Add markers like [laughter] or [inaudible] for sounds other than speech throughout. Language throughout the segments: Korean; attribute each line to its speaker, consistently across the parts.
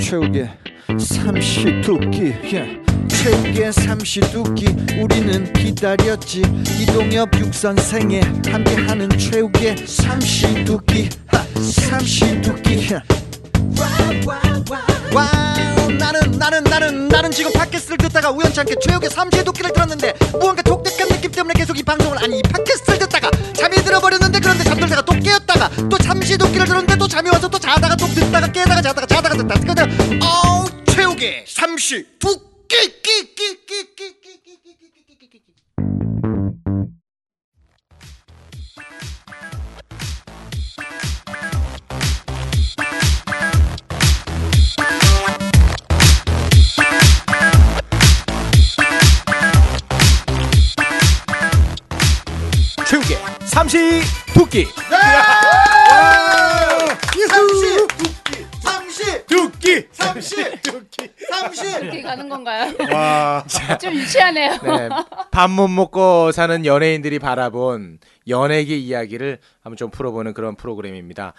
Speaker 1: 최후의 삼시두끼 예. 최후의 삼시두끼 우리는 기다렸지 이동엽 육선생의 함께하는 최후의 삼시두끼 하, 삼시두끼 예. 와우 나는 나는 나는 나는 지금 팟캐스트를 듣다가 우연찮게 최욱의 삼시의 도끼를 들었는데 무언가 독특한 느낌 때문에 계속 이 방송을 아니 이 팟캐스트를 듣다가 잠이 들어버렸는데 그런데 잠들다가 또 깨었다가 또 삼시의 도끼를 들었는데 또 잠이 와서 또 자다가 또 듣다가 깨다가 자다가 자다가 듣다 그냥 어우 최욱의 삼시 도끼 끼끼끼끼끼끼끼끼끼끼끼끼끼끼끼끼
Speaker 2: 최욱의 삼시 두끼
Speaker 1: 삼시 도끼 삼시
Speaker 2: 두끼
Speaker 1: 삼시
Speaker 2: 두끼
Speaker 1: 삼시
Speaker 3: 이렇게 가는 건가요?
Speaker 2: 와
Speaker 3: [laughs] 좀 유치하네요.
Speaker 4: 네, 밥 못 먹고 사는 연예인들이 바라본 연예계 이야기를 한번 좀 풀어보는 그런 프로그램입니다.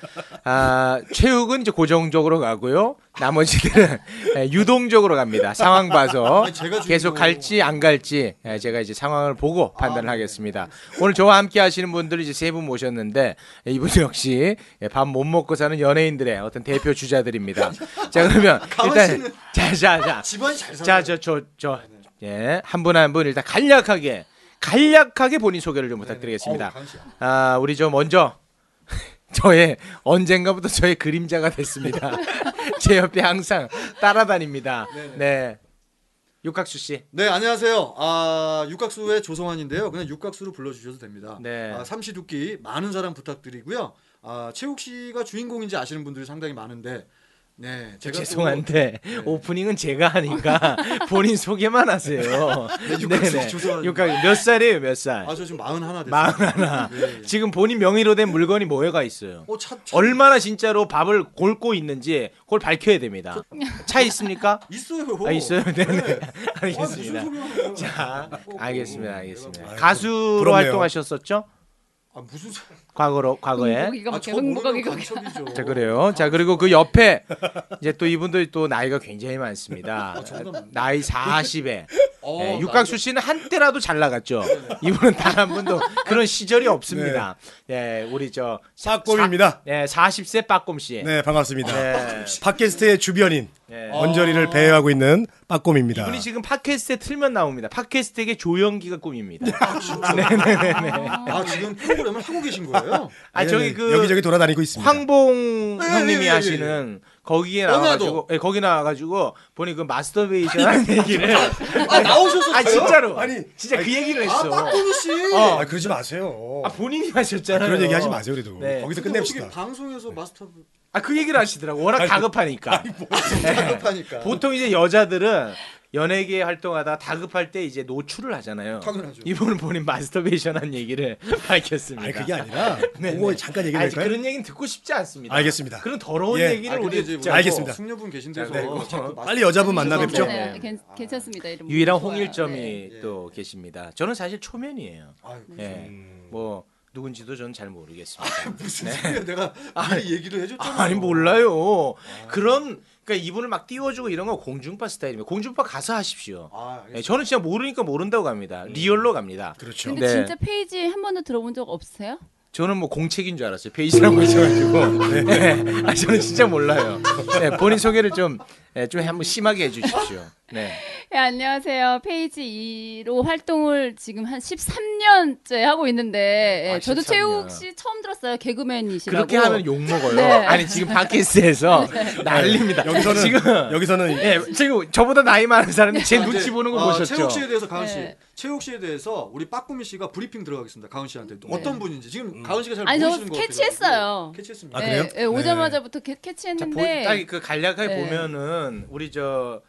Speaker 4: 아, 최욱은 이제 고정적으로 가고요. 나머지들은 예, 유동적으로 갑니다. 상황 봐서 계속 갈지 안 갈지 예, 제가 이제 상황을 보고 판단을 하겠습니다. 오늘 저와 함께 하시는 분들 이제 세 분 모셨는데 예, 이분 역시 예, 밥 못 먹고 사는 연예인들의 어떤 대표 주자들입니다. 자 그러면 일단 자자자
Speaker 1: 집안이
Speaker 5: 그
Speaker 1: 잘 살아
Speaker 4: 자, 저, 저, 저, 예, 한 분 한 분 일단 간략하게, 간략하게 본인 소개를 좀 부탁드리겠습니다. 아, 우리 저 먼저 [laughs] 저의 언젠가부터 저의 그림자가 됐습니다. [laughs] 제 옆에 항상 따라다닙니다. 네, 육각수 씨.
Speaker 5: 네 안녕하세요. 아 육각수의 조성환인데요. 그냥 육각수로 불러주셔도 됩니다.
Speaker 4: 네.
Speaker 5: 아, 삼시두끼 많은 사랑 부탁드리고요. 아 최욱 씨가 주인공인지 아시는 분들이 상당히 많은데, 네 제가 또- 네.
Speaker 4: 죄송한데 오프닝은 제가
Speaker 5: [laughs]
Speaker 4: 하니까 본인 소개만 하세요.
Speaker 5: 네, 육각수 죄송합니다.
Speaker 4: 육각 몇 살이에요? 몇 살?
Speaker 5: 아 저 지금 마흔 하나 됐어요. 네.
Speaker 4: 마흔 하나. 지금 본인 명의로 된 물건이 뭐가 있어요?
Speaker 5: 어, 차, 차
Speaker 4: 얼마나 진짜로 밥을 곪고 있는지 그걸 밝혀야 됩니다. 차 있습니까?
Speaker 5: 있어요.
Speaker 4: 아, 있어요. 네네.
Speaker 5: 아, 무슨
Speaker 4: [laughs] 알겠습니다.
Speaker 5: 소리야?
Speaker 4: 자, 알겠습니다. 알겠습니다. 가수로
Speaker 2: 그렇네요.
Speaker 4: 활동하셨었죠?
Speaker 5: 아 무슨 소-
Speaker 4: 과거로 음, 과거에.
Speaker 3: 흥부거기가
Speaker 5: 아,
Speaker 3: 막혀.
Speaker 5: 저 모르는
Speaker 3: 흥부거기가 막혀.
Speaker 5: 간첩이죠.
Speaker 4: 자 그래요. 자 그리고 그 옆에 이제 또 이분들 또 나이가 굉장히 많습니다. 나이 40에
Speaker 5: 어,
Speaker 4: 예, 육각수 씨는 한때라도 잘 나갔죠. 이분은 단 한 번도 그런 시절이 없습니다. 예, 우리 저
Speaker 2: 싹곰입니다.
Speaker 4: 예, 40세 빠꼼 씨.
Speaker 2: 네 반갑습니다
Speaker 4: 네.
Speaker 2: 팟캐스트의 주변인
Speaker 4: 네.
Speaker 2: 언저리를 배회하고 있는 빠꼼입니다
Speaker 4: 이분이 지금 팟캐스트에 틀면 나옵니다. 팟캐스트에게 조연기가 꿈입니다.
Speaker 2: 아,
Speaker 4: [laughs] 네네네네.
Speaker 5: 아 지금 프로그램을 하고 계신 거예요?
Speaker 4: 아
Speaker 2: 네,
Speaker 4: 저기
Speaker 2: 네.
Speaker 4: 그
Speaker 2: 여기저기 돌아다니고 있습니다 예,
Speaker 4: 황봉
Speaker 5: 네,
Speaker 4: 형님이
Speaker 5: 네, 네,
Speaker 4: 하시는 거기에
Speaker 5: 어나도.
Speaker 4: 나와가지고 예, 거기 나와가지고 보니 그 마스터베이션하는 얘기를
Speaker 5: 아 나오셨어요?
Speaker 4: 아 진짜로
Speaker 2: 아니,
Speaker 4: 진짜 그 얘기를
Speaker 5: 아
Speaker 4: 했어.
Speaker 5: 박동희 씨.
Speaker 2: 아 그러지 마세요
Speaker 4: 아 본인이 하셨잖아요.
Speaker 2: 그런 얘기 하지 마세요 그래도
Speaker 4: 네.
Speaker 2: 거기서
Speaker 5: 근데 어떻게
Speaker 2: 끝냅시다
Speaker 5: 방송에서 마스터
Speaker 4: 아 그 얘기를 하시더라고. 워낙 다급하니까.
Speaker 2: 뭐,
Speaker 5: [laughs] 네. 다급하니까.
Speaker 4: 네. 보통 이제 여자들은 연예계 활동하다 다급할 때 이제 노출을 하잖아요.
Speaker 5: 당연하죠.
Speaker 4: 이분은 본인 마스터베이션 한 얘기를 [laughs] 밝혔습니다.
Speaker 2: 아니 그게 아니라 [laughs]
Speaker 4: 네,
Speaker 2: 그거
Speaker 4: 네.
Speaker 2: 잠깐 얘기
Speaker 4: 아니,
Speaker 2: 될까요?
Speaker 4: 그런 얘기는 듣고 싶지 않습니다.
Speaker 2: 알겠습니다.
Speaker 4: 그런 더러운
Speaker 2: 예.
Speaker 4: 얘기를
Speaker 5: 아, 근데
Speaker 4: 우리
Speaker 5: 이제
Speaker 4: 듣지
Speaker 5: 우리
Speaker 4: 않고
Speaker 2: 알겠습니다.
Speaker 5: 숙녀분 계신 데서 어,
Speaker 4: 네, 네.
Speaker 5: 자꾸 마스터-
Speaker 2: 빨리 여자분 만나 뵙죠
Speaker 3: 괜찮아요. 괜- 괜찮습니다. 이름
Speaker 4: 유일한
Speaker 3: 좋아요. 네.
Speaker 4: 홍일점이 또 계십니다. 저는 사실 초면이에요.
Speaker 5: 아유,
Speaker 4: 예.
Speaker 2: 음.
Speaker 4: 뭐 누군지도 저는 잘 모르겠습니다.
Speaker 2: 아,
Speaker 5: 무슨 소리야 내가 미리 얘기를 해줬잖아.
Speaker 4: 네. 아, 아니 몰라요.
Speaker 2: 아.
Speaker 4: 그런 그러니까 이분을 막 띄워주고 이런 거 공중파 스타일입니다. 공중파 가서 하십시오.
Speaker 5: 아,
Speaker 4: 예, 저는 진짜 모르니까 모른다고 갑니다. 리얼로 갑니다.
Speaker 2: 음. 그렇죠
Speaker 3: 근데
Speaker 4: 네.
Speaker 3: 진짜 페이지 한 번도 들어본 적 없으세요?
Speaker 4: 저는 뭐 공책인 줄 알았어요.
Speaker 2: 음.
Speaker 4: 페이지라고
Speaker 2: [laughs]
Speaker 4: 하셔가지고. 네. 아, 저는 진짜 몰라요. 네, 본인 소개를 좀, 네, 좀 한번 심하게 해주십시오. 네.
Speaker 3: 네, 안녕하세요. 페이지 2로 활동을 지금 한 13년째 하고 있는데
Speaker 4: 아,
Speaker 3: 예, 저도
Speaker 4: 13 년.
Speaker 3: 최욱 씨 처음 들었어요. 개그맨이시라고.
Speaker 4: 그렇게 하면 욕먹어요.
Speaker 3: 네.
Speaker 4: 아니, 지금 팟캐스트에서
Speaker 3: [laughs]
Speaker 4: [laughs] 난립니다.
Speaker 2: 여기서는
Speaker 4: 지금.
Speaker 2: 여기서는 네.
Speaker 4: 예, 지금 저보다 나이 많은 사람이 제 눈치 보는 거
Speaker 5: 아,
Speaker 4: 보셨죠?
Speaker 5: 최욱 씨에 대해서 가은 씨,
Speaker 3: 네.
Speaker 5: 최욱 씨에 대해서 우리 빠꾸미 씨가 브리핑 들어가겠습니다. 가은 씨한테 어떤 분인지 지금
Speaker 4: 음.
Speaker 5: 가은 씨가 잘
Speaker 3: 네. 아니, 저
Speaker 5: 모르시는 것 같아요. 네,
Speaker 3: 캐치했어요.
Speaker 5: 캐치했습니다.
Speaker 2: 아,
Speaker 4: 네.
Speaker 2: 그래요?
Speaker 3: 예, 예, 오자마자부터 캐-
Speaker 4: 자, 보, 딱
Speaker 3: 캐치했는데
Speaker 4: 그 간략하게
Speaker 3: 네.
Speaker 4: 보면은 우리 저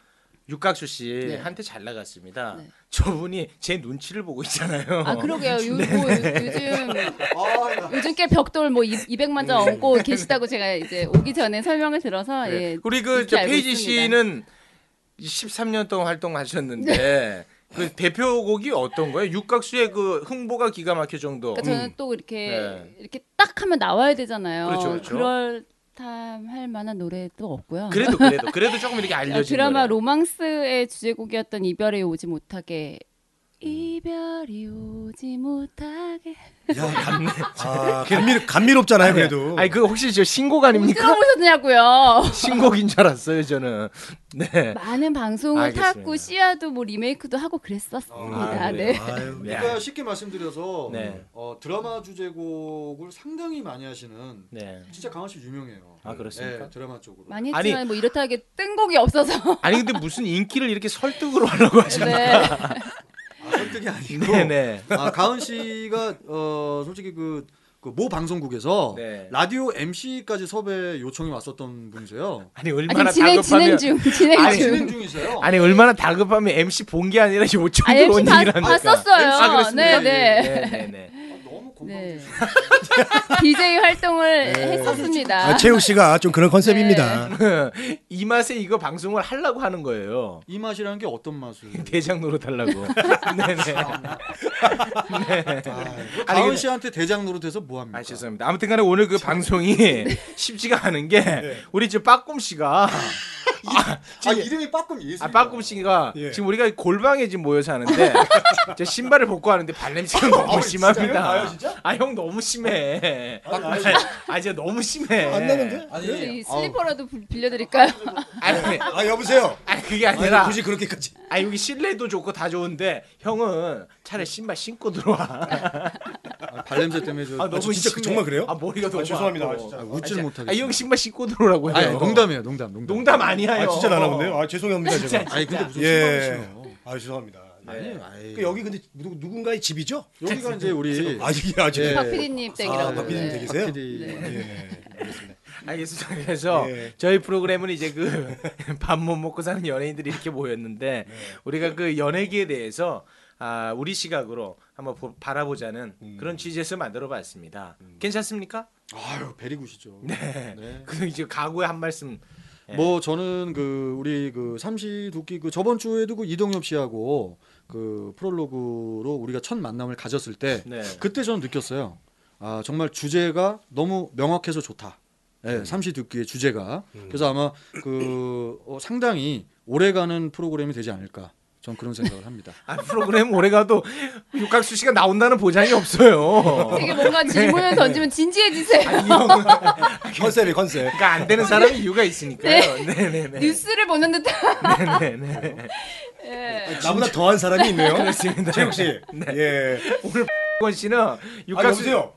Speaker 4: 육각수
Speaker 3: 네.
Speaker 4: 씨한테 잘 나갔습니다.
Speaker 3: 네.
Speaker 4: 저분이 제 눈치를 보고 있잖아요.
Speaker 3: 아 그러게요. 요, 뭐, 요- 요즘
Speaker 5: 아, 나-
Speaker 3: 요즘 꽤 벽돌 뭐 200만 장 얹고 계시다고 제가 이제 오기 전에 설명을 들어서
Speaker 4: 네.
Speaker 3: 예.
Speaker 4: 우리 그
Speaker 3: 이렇게
Speaker 4: 저
Speaker 3: 알고
Speaker 4: 페이지
Speaker 3: 있습니다.
Speaker 4: 씨는 13년 동안
Speaker 3: 네.
Speaker 4: 활동하셨는데 그 대표곡이 어떤 거예요? 육각수의 그 흥보가 기가 막힐 정도. 음.
Speaker 3: 그러니까 저는 그러니까 또 이렇게
Speaker 4: 네.
Speaker 3: 이렇게 딱 하면 나와야 되잖아요.
Speaker 4: 그렇죠, 그렇죠.
Speaker 3: 럴 탐할 만한 노래도 없고요.
Speaker 4: 그래도 그래도 그래도 조금 이렇게
Speaker 3: 어,
Speaker 4: 알려진
Speaker 3: 드라마
Speaker 4: 노래.
Speaker 3: 로망스의 주제곡이었던 이별이 오지 못하게 이별이 오지 못하게
Speaker 4: 음.
Speaker 5: 야, 간-
Speaker 2: 아, 감미 감미롭잖아요 그래도.
Speaker 4: 아니 그 혹시 저 신곡
Speaker 3: 어,
Speaker 4: 아닙니까?
Speaker 3: 들어보셨냐고요.
Speaker 4: 신곡인 줄 알았어요 저는. 네.
Speaker 3: 많은 방송을
Speaker 4: 알겠습니다.
Speaker 3: 탔고 씨야도 뭐 리메이크도 하고 그랬었습니다.
Speaker 4: 아, 그래요?
Speaker 3: 네.
Speaker 2: 아유,
Speaker 5: 그러니까 쉽게 말씀드려서
Speaker 4: 네.
Speaker 5: 어, 드라마 주제곡을 상당히 많이 하시는
Speaker 4: 네.
Speaker 5: 진짜 강한 씨 유명해요.
Speaker 4: 아, 그렇습니까?
Speaker 5: 네, 드라마 쪽으로.
Speaker 3: 많이
Speaker 4: 아니-
Speaker 3: 했지만 뭐 이렇다 하게 뜬
Speaker 4: [laughs]
Speaker 3: 곡이 없어서
Speaker 4: 아니 근데 무슨 인기를 이렇게 설득으로 하려고
Speaker 2: [laughs]
Speaker 4: 하시는
Speaker 3: 네.
Speaker 5: 아, 설득이 아니고.
Speaker 4: 네네.
Speaker 5: 아, 가은 씨가 어, 솔직히 그, 그 모 방송국에서
Speaker 4: 네.
Speaker 5: 라디오 MC까지 섭외 요청이 왔었던 분이세요.
Speaker 4: 아니 얼마나
Speaker 3: 아니 진행
Speaker 4: 다급하면
Speaker 3: 진행 중 진행
Speaker 5: 아,
Speaker 4: 아니,
Speaker 5: 진행
Speaker 3: 중.
Speaker 5: 중이세요.
Speaker 4: 아니 얼마나 다급하면 MC 본 게 아니라 요청
Speaker 3: 아
Speaker 4: 들어온
Speaker 3: MC 다,
Speaker 4: 일이라니까.
Speaker 3: 봤었어요.
Speaker 5: 아, 그렇습니다.
Speaker 3: 네, 네.
Speaker 4: 네네.
Speaker 5: 아, 너무
Speaker 3: 네. [laughs]
Speaker 5: 건방지시
Speaker 3: DJ 활동을 했었습니다.
Speaker 2: 아, 최욱 씨가 좀 그런 컨셉입니다. 네.
Speaker 4: 이 맛에 이거 방송을 하려고 하는 거예요.
Speaker 5: 이 맛이라는 게 어떤 맛을?
Speaker 4: 대장 노릇
Speaker 2: [laughs]
Speaker 4: 하려고. 네네.
Speaker 5: 아,
Speaker 4: 아니,
Speaker 5: 가은
Speaker 4: 근데-
Speaker 5: 씨한테 대장 노릇해서 뭐 합니까?
Speaker 4: 아 죄송합니다. 아무튼간에 오늘 그
Speaker 2: [laughs]
Speaker 4: 방송이 쉽지가 않은 게
Speaker 2: 네.
Speaker 4: 우리 지금 빠꼼 씨가
Speaker 5: 아, 이름이 빠꿈 예술.
Speaker 4: 아 빠꼼 씨가
Speaker 2: 예.
Speaker 4: 지금 우리가 골방에 지금 모여서
Speaker 2: [laughs]
Speaker 4: 하는데 제 신발을 벗고 하는데 발냄새가
Speaker 2: 어,
Speaker 4: 너무 심합니다. 아 형 너무 심해. 아 진짜 너무 심해.
Speaker 2: 안 나는데?
Speaker 3: 저희 슬리퍼라도 빌- 빌려드릴까요?
Speaker 4: 아니,
Speaker 2: 아 여보세요.
Speaker 4: 아니 그게 아니라
Speaker 2: 아니,
Speaker 4: 아
Speaker 2: 굳이 그렇게까지.
Speaker 4: 여기 실내도 좋고 다 좋은데 형은 차라리 신발 신고 들어와.
Speaker 5: 아, 발냄새 때문에 저
Speaker 4: 아 너무
Speaker 2: 진짜
Speaker 4: 심해.
Speaker 2: 정말 그래요?
Speaker 4: 아 머리가 너무
Speaker 2: 아, 죄송합니다.
Speaker 4: 아파.
Speaker 2: 아, 진짜.
Speaker 5: 아,
Speaker 4: 아,
Speaker 5: 웃질
Speaker 4: 진짜.
Speaker 5: 못하겠어요.
Speaker 4: 아, 이 형 신발 신고 들어오라고 해요.
Speaker 5: 아니, 농담이에요, 농담, 농담.
Speaker 4: 농담 아니에요.
Speaker 2: 아 진짜 나나본데요. 아 죄송합니다 제가.
Speaker 5: 아니 근데 무슨
Speaker 2: 예.
Speaker 5: 신발이시노?
Speaker 2: 아 죄송합니다. 예.
Speaker 5: 아니에요. 아이.
Speaker 2: 그 여기 근데 누, 누군가의 집이죠?
Speaker 5: 여기가 이제 우리
Speaker 2: 아 이게 아직.
Speaker 5: 예.
Speaker 3: 박 [laughs] PD님 댁이라고.
Speaker 2: 아, 박 PD님
Speaker 3: 네.
Speaker 2: 댁이- 되세요?
Speaker 5: 박PD.
Speaker 2: 예.
Speaker 4: 알겠습니다. 그래서
Speaker 2: 예.
Speaker 4: 저희 프로그램은 이제 그 [laughs] 밥 못 먹고 사는 연예인들이 이렇게 모였는데 우리가 그 연예계에 대해서 아, 우리 시각으로 한번 보- 바라보자는 그런 취지에서 만들어봤습니다. 괜찮습니까?
Speaker 5: 아유 베리굿이죠.
Speaker 4: 음. 네. [laughs] 그 이제 각오의 한 말씀. 예.
Speaker 5: 뭐 저는 그 우리 그 삼시 두끼 그 저번 주에도 그 이동엽 씨하고 그 프롤로그로 우리가 첫 만남을 가졌을 때
Speaker 4: 네.
Speaker 5: 그때 저는 느꼈어요. 아 정말 주제가 너무 명확해서 좋다. 예,
Speaker 4: 음.
Speaker 5: 삼시 두끼의 주제가 그래서 아마 그 어, 상당히 오래가는 프로그램이 되지 않을까. 전 그런 생각을 합니다.
Speaker 4: 아, 프로그램 올해가도 육각수 씨가 나온다는 보장이
Speaker 3: [laughs]
Speaker 4: 없어요.
Speaker 3: 되게 뭔가 질문을 던지면 진지해지세요.
Speaker 4: 이 형은
Speaker 2: 컨셉이 컨셉.
Speaker 4: 그러니까 안 되는 사람이 이유가 있으니까요. 네네네.
Speaker 3: 뉴스를 보는 듯한.
Speaker 4: 네네네.
Speaker 3: 예.
Speaker 2: 나보다 더한 사람이 있네요.
Speaker 4: 그렇습니다.
Speaker 2: 최욱 씨. 예.
Speaker 4: 권 씨는
Speaker 2: 아
Speaker 4: 육각수
Speaker 2: 여보세요.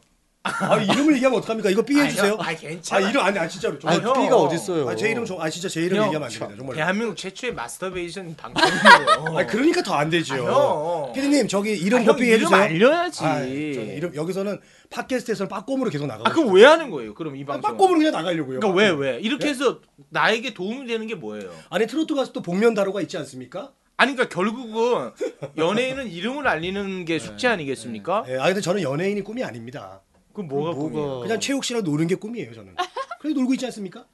Speaker 2: 아 이름을 얘기하면 어떡합니까? 이거 삐해 주세요.
Speaker 4: 아,
Speaker 2: 아,
Speaker 4: 괜찮아.
Speaker 2: 이름 아니 아 진짜로.
Speaker 5: 아,
Speaker 2: 정말
Speaker 4: 형.
Speaker 5: 삐가 어딨어요?
Speaker 2: 아, 제 이름 좀, 아 진짜 제 이름
Speaker 4: 형,
Speaker 2: 얘기하면 안 됩니다. 정말.
Speaker 4: 대한민국 최초의 마스터베이션 방송이에요.
Speaker 2: [laughs] 아 그러니까 더 안
Speaker 4: 아,
Speaker 2: 되죠.
Speaker 4: 형.
Speaker 2: 피디님 저기 이름
Speaker 4: 아,
Speaker 2: 더
Speaker 4: 형
Speaker 2: 삐해
Speaker 4: 이름
Speaker 2: 주세요.
Speaker 4: 알려야지.
Speaker 2: 아, 저는 이름 여기서는 팟캐스트에서는 빠꼼으로 계속 나가고.
Speaker 4: 아 그럼 왜 하는 거예요? 그럼 이
Speaker 2: 아, 네?
Speaker 4: 방송.
Speaker 2: 빠꼼으로 그냥 나가려고요.
Speaker 4: 그러니까 왜 왜? 이렇게 해서 나에게 도움이 되는 게 뭐예요?
Speaker 2: 아니 트로트 가수 또 복면 다루가 있지 않습니까?
Speaker 4: 아니 그러니까
Speaker 2: [laughs]
Speaker 4: 결국은 연예인은 이름을 알리는
Speaker 2: 네.
Speaker 4: 게 숙제 아니겠습니까?
Speaker 2: 예, 아 근데 저는 연예인이 꿈이 아닙니다. 예,
Speaker 4: 그 뭐가
Speaker 5: 뭐가-
Speaker 4: 꿈이에요?
Speaker 2: 그냥 최욱 씨랑 노는 게 꿈이에요 저는. 그래 놀고 있지 않습니까?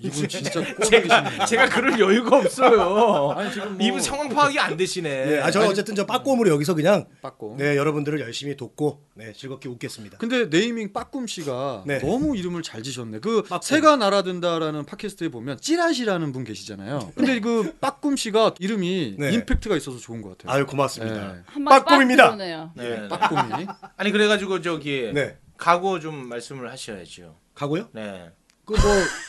Speaker 5: 이분 진짜
Speaker 4: [laughs] 제가 제가 그럴 여유가
Speaker 2: [laughs]
Speaker 4: 없어요.
Speaker 5: 아니, 지금 뭐-
Speaker 4: 이분 상황 파악이 안 되시네. 어.
Speaker 2: 예, 아 저는 어쨌든 저 빠꼼으로 여기서 그냥
Speaker 5: 빠꼼.
Speaker 2: 네 여러분들을 열심히 돕고 네 즐겁게
Speaker 4: 그
Speaker 2: 웃겠습니다.
Speaker 5: 근데 네이밍 빠꿈 씨가
Speaker 2: 네.
Speaker 5: 너무 이름을 잘 지셨네. 그 새가 날아든다라는 팟캐스트에 보면 찌라시라는 분 계시잖아요. 근데 그 빠꿈 씨가 이름이
Speaker 2: 네.
Speaker 5: 임팩트가 있어서 좋은 것 같아요.
Speaker 2: 아유 고맙습니다.
Speaker 5: 네.
Speaker 3: 한 마디 빡
Speaker 2: 빠꿈입니다.
Speaker 3: 들어오네요.
Speaker 4: 네.
Speaker 5: 빠꿈이
Speaker 4: 아니 그래가지고 저기
Speaker 2: 네.
Speaker 4: 각오 좀 말씀을 하셔야죠.
Speaker 2: 가고요?
Speaker 4: 네.
Speaker 2: 그 뭐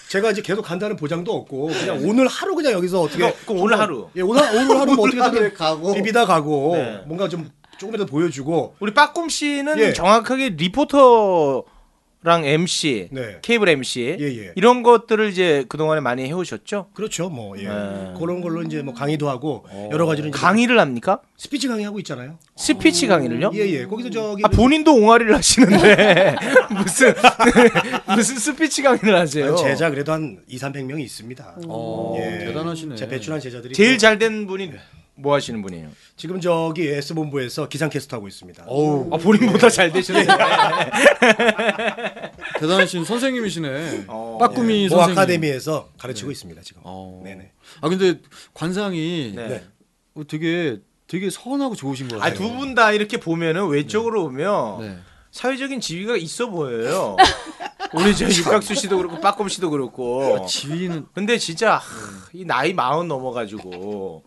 Speaker 2: 제가 이제 계속 간다는 보장도 없고 그냥 오늘 하루 그냥 여기서 어떻게
Speaker 4: 네. 그럼- 그럼 오늘 하루.
Speaker 2: 예, 오늘 오늘 하루 뭐 [laughs] 어떻게든
Speaker 5: 네, 가고
Speaker 2: 비비다 가고
Speaker 4: 네.
Speaker 2: 뭔가 좀 조금이라도 보여주고
Speaker 4: 우리 빠꼼 씨는
Speaker 2: 예.
Speaker 4: 정확하게 리포터랑 MC,
Speaker 2: 네.
Speaker 4: 케이블 MC
Speaker 2: 예, 예.
Speaker 4: 이런 것들을 이제 그 동안에 많이 해오셨죠?
Speaker 2: 그렇죠 뭐 예.
Speaker 4: 네. 어.
Speaker 2: 그런 걸로 이제 뭐 강의도 하고 여러 가지로 이제
Speaker 4: 강의를 합니까?
Speaker 2: 스피치 강의 하고 있잖아요.
Speaker 4: 스피치 강의를요?
Speaker 2: 어, 예예 거기서 저기
Speaker 4: 아 본인도 옹알이를 하시는데 [laughs] 무슨 무슨 스피치 강의를 하세요?
Speaker 2: 한 아, 제자 네. 그래도 한 2, 300명이 있습니다.
Speaker 5: 어,
Speaker 2: 예.
Speaker 5: 대단하시네.
Speaker 2: 제 배출한 제자들이
Speaker 4: 제일
Speaker 2: 또
Speaker 4: 잘 된 분이
Speaker 2: 예.
Speaker 4: 뭐 하시는 분이에요?
Speaker 2: 지금 저기 S 본부에서 기상캐스트 하고 있습니다.
Speaker 5: 어우
Speaker 4: 아 본인보다 잘
Speaker 2: 네.
Speaker 4: 되시는데
Speaker 5: 대단하신 선생님이시네.
Speaker 4: 어.
Speaker 5: 빠꿈이
Speaker 2: 예. 모
Speaker 5: 선생님.
Speaker 2: 아카데미에서 가르치고 있습니다 지금.
Speaker 5: 어.
Speaker 2: 네네.
Speaker 5: 아 근데 관상이
Speaker 4: 네.
Speaker 5: 어, 되게 되게 선하고 좋으신 것 같아요.
Speaker 4: 아두 분 다 이렇게 보면은 외적으로 보면
Speaker 5: 네.
Speaker 2: [laughs]
Speaker 4: 사회적인 지위가 있어 보여요. 우리 저 육각수 씨도 그렇고 빠꼼 씨도 그렇고.
Speaker 2: 그렇죠.
Speaker 5: 지위는
Speaker 4: 근데 진짜 하, 이 나이 마흔 넘어가지고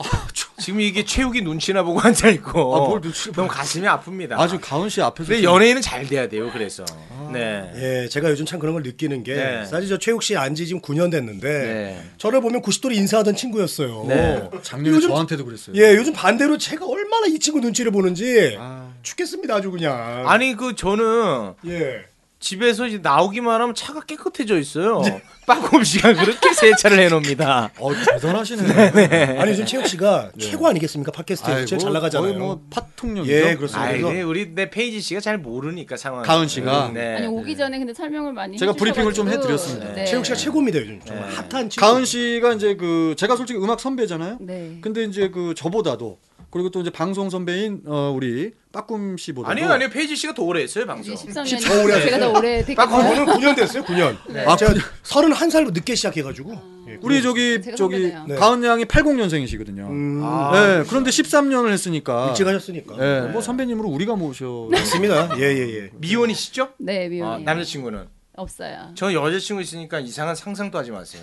Speaker 4: 지금 이게 최욱이 눈치나 보고 [laughs] 앉아 있고.
Speaker 5: 아, 뭘 눈치를
Speaker 4: 너무 가슴이 아픕니다.
Speaker 5: 아주 아, 가훈 씨 앞에서
Speaker 4: 근데 연예인은 잘 돼야 돼요. 그래서. 네.
Speaker 2: 예, 제가 요즘 참 그런 걸 느끼는 게
Speaker 4: 네.
Speaker 2: 사실 저 최욱 씨 안지 지금 9년 됐는데
Speaker 4: 네.
Speaker 2: 저를 보면 90도로 인사하던 친구였어요.
Speaker 4: 네.
Speaker 5: 작년에
Speaker 2: 요즘-
Speaker 5: 저한테도 그랬어요.
Speaker 2: 예, 요즘 반대로 제가 얼마나 이 친구 눈치를 보는지
Speaker 5: 아.
Speaker 2: 죽겠습니다 아주 그냥.
Speaker 4: 아니 그 저는
Speaker 2: 예.
Speaker 4: 집에서 이제 나오기만 하면 차가 깨끗해져 있어요.
Speaker 5: 네.
Speaker 4: 빠꼼
Speaker 5: [laughs]
Speaker 4: 씨가 그렇게 세차를 해놉니다.
Speaker 5: 어 대단하시네요. 네.
Speaker 2: 아니 요즘 최욱 씨가
Speaker 5: [laughs]
Speaker 2: 최고 아니겠습니까 팟캐스트에서 제일 잘 나가잖아요.
Speaker 5: 거의 뭐 파통령이죠.
Speaker 2: 예, 그렇습니다.
Speaker 4: 아이,
Speaker 2: 그래서-
Speaker 4: 네, 우리 내 페이지 씨가 잘 모르니까 상황.
Speaker 5: 가은 씨가?
Speaker 4: 네.
Speaker 3: 아니 오기 전에 근데 설명을 많이
Speaker 5: 제가 브리핑을 좀
Speaker 3: 해주셔가지고.
Speaker 5: 해드렸습니다.
Speaker 3: 네.
Speaker 2: 최욱 씨가 최고입니다 요즘 정말 핫한 친구.
Speaker 5: 네. 가은 씨가 이제 그 제가 솔직히 음악 선배잖아요.
Speaker 3: 네.
Speaker 5: 근데 이제 그 저보다도 그리고 또 이제 방송 선배인 어, 우리 빠꿈 씨보다도
Speaker 4: 아니요, 아니요. 페이지 씨가 더 오래 했어요, 방송.
Speaker 3: 13년
Speaker 2: 더 오래
Speaker 3: 제가 더 오래 됐고요.
Speaker 2: 저는 아, 9년 됐어요 9년.
Speaker 5: 아,
Speaker 2: 제가 31살로 늦게 시작해가지고. 예,
Speaker 5: 우리 저기
Speaker 3: 제가
Speaker 5: 저기
Speaker 3: 선배네요.
Speaker 2: 네.
Speaker 5: 가은 양이 80년생이시거든요.
Speaker 2: 음,
Speaker 4: 아,
Speaker 5: 예, 그런데 13년을 했으니까
Speaker 2: 일찍 하셨으니까.
Speaker 5: 예, 뭐 선배님으로 우리가 모셔.
Speaker 2: 맞습니다. 예, 예, 예.
Speaker 4: 미혼이시죠?
Speaker 3: 네, 미
Speaker 4: 아
Speaker 3: 원이
Speaker 4: 남자친구는?
Speaker 3: 없어요.
Speaker 4: 저 여자친구 있으니까 이상한 상상도 하지 마세요.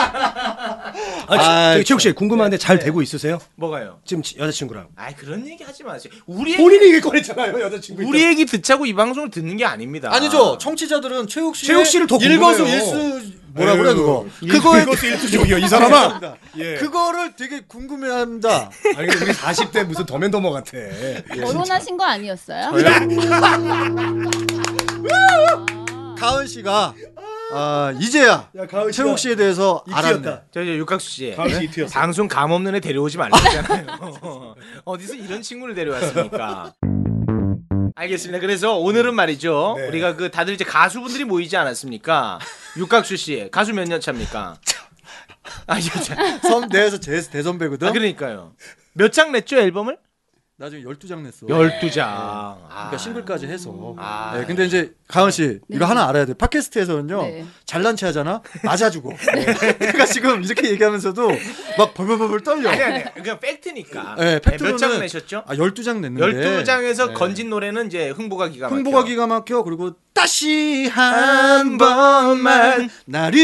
Speaker 2: 아,
Speaker 5: 아, 네.
Speaker 2: 저기 최욱 씨 궁금한데 잘 되고 있으세요?
Speaker 4: 뭐가요?
Speaker 2: 지금 지- 여자친구랑.
Speaker 4: 아이 그런 얘기 하지 마세요. 우리 얘기,
Speaker 2: 본인이 얘기 꺼냈잖아요 여자친구.
Speaker 4: 우리 얘기 듣자고 이 방송을 듣는 게 아닙니다.
Speaker 5: [laughs] 아니죠. 청취자들은 최욱 씨
Speaker 2: 최욱 씨를 더
Speaker 5: 일거수
Speaker 2: 궁금해요.
Speaker 5: 일수 뭐라 그래 예. 그거. 그거에
Speaker 2: 음, [laughs] 그것도 일투족이요 이 사람아. 예.
Speaker 5: 그거를 되게 궁금해한다.
Speaker 2: 아니 근데 우리 40대 무슨 더맨더머 같아.
Speaker 5: 예.
Speaker 2: 네,
Speaker 3: 결혼하신 거 아니었어요?
Speaker 5: 가은 씨가 아 이제야
Speaker 2: 야, 가은 씨가
Speaker 5: 최욱 씨에 대해서 알았네.
Speaker 2: 이끼였다.
Speaker 4: 저, 저 육각수 씨. 네?
Speaker 2: 가을
Speaker 5: 예.
Speaker 2: 씨 이투였어.
Speaker 4: 방송 감 없는 애 데려오지 말랬잖아요. [laughs] 어디서 이런 친구를 데려왔습니까? 알겠습니다. 그래서 오늘은 말이죠.
Speaker 2: 네.
Speaker 4: 우리가 그 다들 이제 가수분들이 모이지 않았습니까? 육각수 씨 가수 몇 년
Speaker 5: [laughs]
Speaker 4: 차입니까? 아, 이거 참.
Speaker 5: 선 내에서 제 대선배거든.
Speaker 4: 아 그러니까요. 몇 장 냈죠 앨범을?
Speaker 5: 나중에 12장 냈어.
Speaker 4: 12장.
Speaker 5: 네. 그러니까 싱글까지 해서.
Speaker 4: 아.
Speaker 5: 네, 근데 이제 가은 씨 이거 하나 알아야 돼. 팟캐스트에서는요.
Speaker 3: 네.
Speaker 5: 잘난 체 하잖아. 맞아주고. [laughs] 내가 지금 이렇게 얘기하면서도 막 벌벌벌벌 떨려.
Speaker 4: 아니 아니. 그냥 팩트니까.
Speaker 5: 네, 팩트로는
Speaker 4: 몇장 내셨죠?
Speaker 5: 아, 12장 냈는데.
Speaker 4: 12장에서 건진 노래는 이제 흥보가 기가 막혀.
Speaker 5: 네. 흥보가 기가 막혀. 그리고 다시 한 번만 나를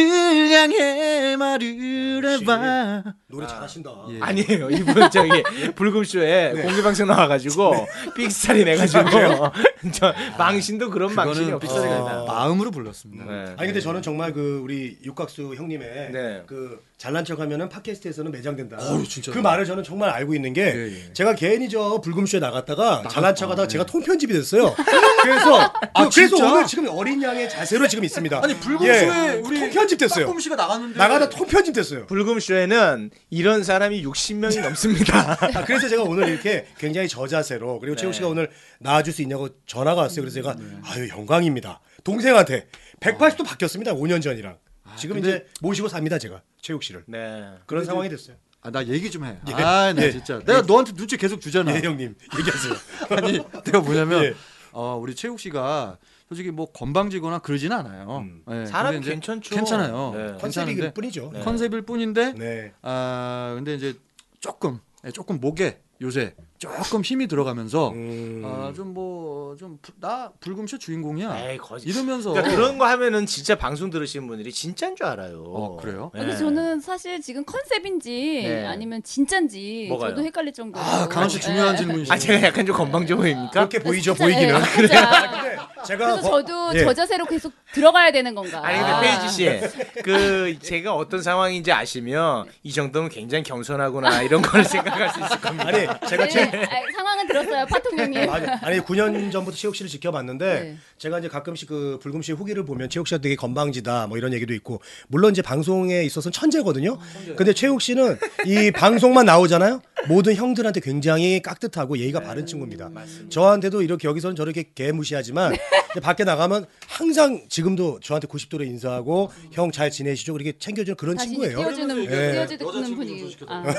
Speaker 5: 향해 말을 해봐.
Speaker 2: 노래 잘하신다.
Speaker 5: 예.
Speaker 4: 아니에요. 이분
Speaker 5: [laughs]
Speaker 4: 저기 불금쇼에
Speaker 5: 네.
Speaker 4: 공개 방송 나와가지고 삑살이 내가지고 [laughs] 저 망신도 그런 망신이
Speaker 5: 그거는
Speaker 4: 없어요.
Speaker 5: 어, 마음으로 불렀습니다.
Speaker 4: 네.
Speaker 2: 아니 근데 저는 정말 그 우리 육각수 형님의
Speaker 4: 네.
Speaker 2: 그 잘난 척하면은 팟캐스트에서는 매장된다.
Speaker 5: 어우, 진짜.
Speaker 2: 그 말을 저는 정말 알고 있는 게
Speaker 5: 예, 예.
Speaker 2: 제가 괜히 저 불금쇼에 나갔다가 잘난 척하다가 제가
Speaker 5: [laughs]
Speaker 2: 통편집이 됐어요. 그래서 그- 그래서
Speaker 5: 아, 진짜?
Speaker 2: 오늘 지금 어린 양의 자세로 지금 있습니다.
Speaker 5: 아니 불금쇼에
Speaker 2: 예,
Speaker 5: 우리
Speaker 2: 통편집 됐어요.
Speaker 5: 꼼씨가 나갔는데
Speaker 2: 나가다 통편집 됐어요.
Speaker 4: 불금쇼에는 이런 사람이 60명이 넘습니다.
Speaker 5: [laughs]
Speaker 2: 아, 그래서 제가 오늘 이렇게 굉장히 저자세로 그리고 최욱 씨가 오늘 나와줄 수 있냐고 전화가 왔어요. 그래서 제가 아유 영광입니다. 동생한테 180도 바뀌었습니다. 5년 전이랑 지금
Speaker 5: 근데-
Speaker 2: 이제 모시고 삽니다 제가 최욱 씨를
Speaker 4: 네.
Speaker 2: 그런 상황이 됐어요.
Speaker 5: 아, 나 얘기 좀 해. 아, 나
Speaker 2: 예.
Speaker 5: 진짜. 내가 너한테 눈치 계속 주잖아.
Speaker 2: 예 형님 얘기하세요.
Speaker 5: 아니, 내가 뭐냐면
Speaker 2: 예.
Speaker 5: 어, 우리 최욱 씨가 솔직히 뭐 건방지거나 그러진 않아요. 예,
Speaker 4: 사람
Speaker 5: 근데 이제
Speaker 4: 괜찮죠.
Speaker 5: 괜찮아요.
Speaker 4: 네.
Speaker 2: 컨셉일
Speaker 5: 괜찮은데
Speaker 2: 뿐이죠. 네.
Speaker 5: 컨셉일 뿐인데
Speaker 2: 네.
Speaker 5: 아, 근데 이제 조금 예, 조금 목에 요새 조금 힘이 들어가면서
Speaker 2: 음.
Speaker 5: 아, 좀 뭐 좀 나 불금쇼 아, 주인공이야.
Speaker 4: 에이 거짓.
Speaker 5: 이러면서
Speaker 4: 그러니까 그런 거 하면은 진짜 방송 들으시는 분들이 진짜인 줄 알아요.
Speaker 5: 어, 그래요?
Speaker 4: 네.
Speaker 3: 근데 저는 사실 지금 컨셉인지
Speaker 4: 네.
Speaker 3: 아니면 진짠지
Speaker 4: 뭐가요?
Speaker 3: 저도 헷갈릴 정도로.
Speaker 5: 아, 강원 씨 중요한
Speaker 3: 네.
Speaker 5: 질문이시네.
Speaker 4: 아 제가 약간 좀 건방져 보입니까?
Speaker 2: 그렇게 보이죠
Speaker 3: 살짝,
Speaker 2: 보이기는.
Speaker 3: 예, 살짝.
Speaker 2: 제가
Speaker 3: 그래서 저도
Speaker 2: 예.
Speaker 3: 저 자세로 계속 들어가야 되는 건가?
Speaker 4: 아니 근데 페이지 씨, 그 제가 어떤 상황인지 아시면 이 정도면 굉장히 겸손하구나 이런 걸 생각할 수 있을 겁니다.
Speaker 2: 아니 제가
Speaker 3: 네,
Speaker 2: 최
Speaker 3: 아, 상황은 들었어요, 파통령님.
Speaker 2: 아니, 아니 9년 전부터 최욱 씨를 지켜봤는데
Speaker 3: 네.
Speaker 2: 제가 이제 가끔씩 그 불금 씨 후기를 보면 최욱 씨가 되게 건방지다 뭐 이런 얘기도 있고 물론 이제 방송에 있어서는 천재거든요. 근데 최욱 씨는 이 방송만 나오잖아요. 모든 네, 형들한테 굉장히 깍듯하고 예의가 바른 친구입니다. 저한테도 이렇게 여기서는 저렇게 개무시하지만 근데 밖에 나가면 항상 지금도 저한테 90도로 인사하고 형 잘 지내시죠? 이렇게 챙겨주는 그런
Speaker 3: 다시
Speaker 2: 친구예요.
Speaker 3: 띄워주는
Speaker 5: 예.
Speaker 3: 띄워주는
Speaker 5: 여자친구
Speaker 3: 분위기.
Speaker 5: 소개시켜달라.
Speaker 3: 아.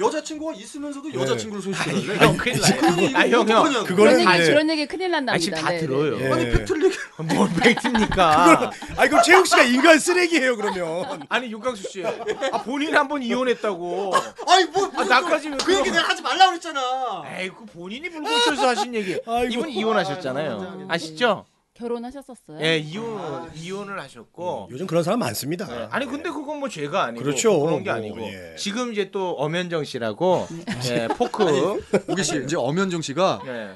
Speaker 5: 여자친구가
Speaker 4: 네.
Speaker 5: 있으면서도 여자친구를 소개시켜달래.
Speaker 4: 형 큰일 나요. 아, 형, 형.
Speaker 5: 그
Speaker 2: 그거는
Speaker 3: 그런 얘기
Speaker 2: 이제-
Speaker 3: 그런 얘기 큰일 난답니다.
Speaker 4: 아, 지금 다
Speaker 3: 네, 네.
Speaker 4: 들어요.
Speaker 2: 예.
Speaker 5: 아니 팩트를 얘기.
Speaker 4: 뭘 팩트입니까?
Speaker 2: 아니 그럼 최욱 씨가 인간 쓰레기예요 그러면.
Speaker 4: 아니 윤광수 씨, 아 본인 한 번 이혼했다고.
Speaker 5: 아니 뭐
Speaker 4: 아, 나까지 왜
Speaker 5: 그 얘기
Speaker 4: 그럼-
Speaker 5: 내가 하지 말라 그랬잖아.
Speaker 4: 에이 그 본인이 불고쳐서 하신 얘기.
Speaker 2: 아이고. 네.
Speaker 4: 이분 이혼하셨잖아요. 아시죠?
Speaker 3: 결혼하셨었어요?
Speaker 4: 예, 이혼 이혼을 하셨고.
Speaker 2: 요즘 그런 사람 많습니다.
Speaker 4: 네. 아니 근데 그건 뭐 죄가 아니고
Speaker 2: 그렇죠.
Speaker 4: 그런 게
Speaker 2: 뭐,
Speaker 4: 아니고
Speaker 2: 예.
Speaker 4: 지금 이제 또 엄현정 씨라고 예, 포크
Speaker 5: 우기 씨 이제 엄현정 씨가
Speaker 4: 예.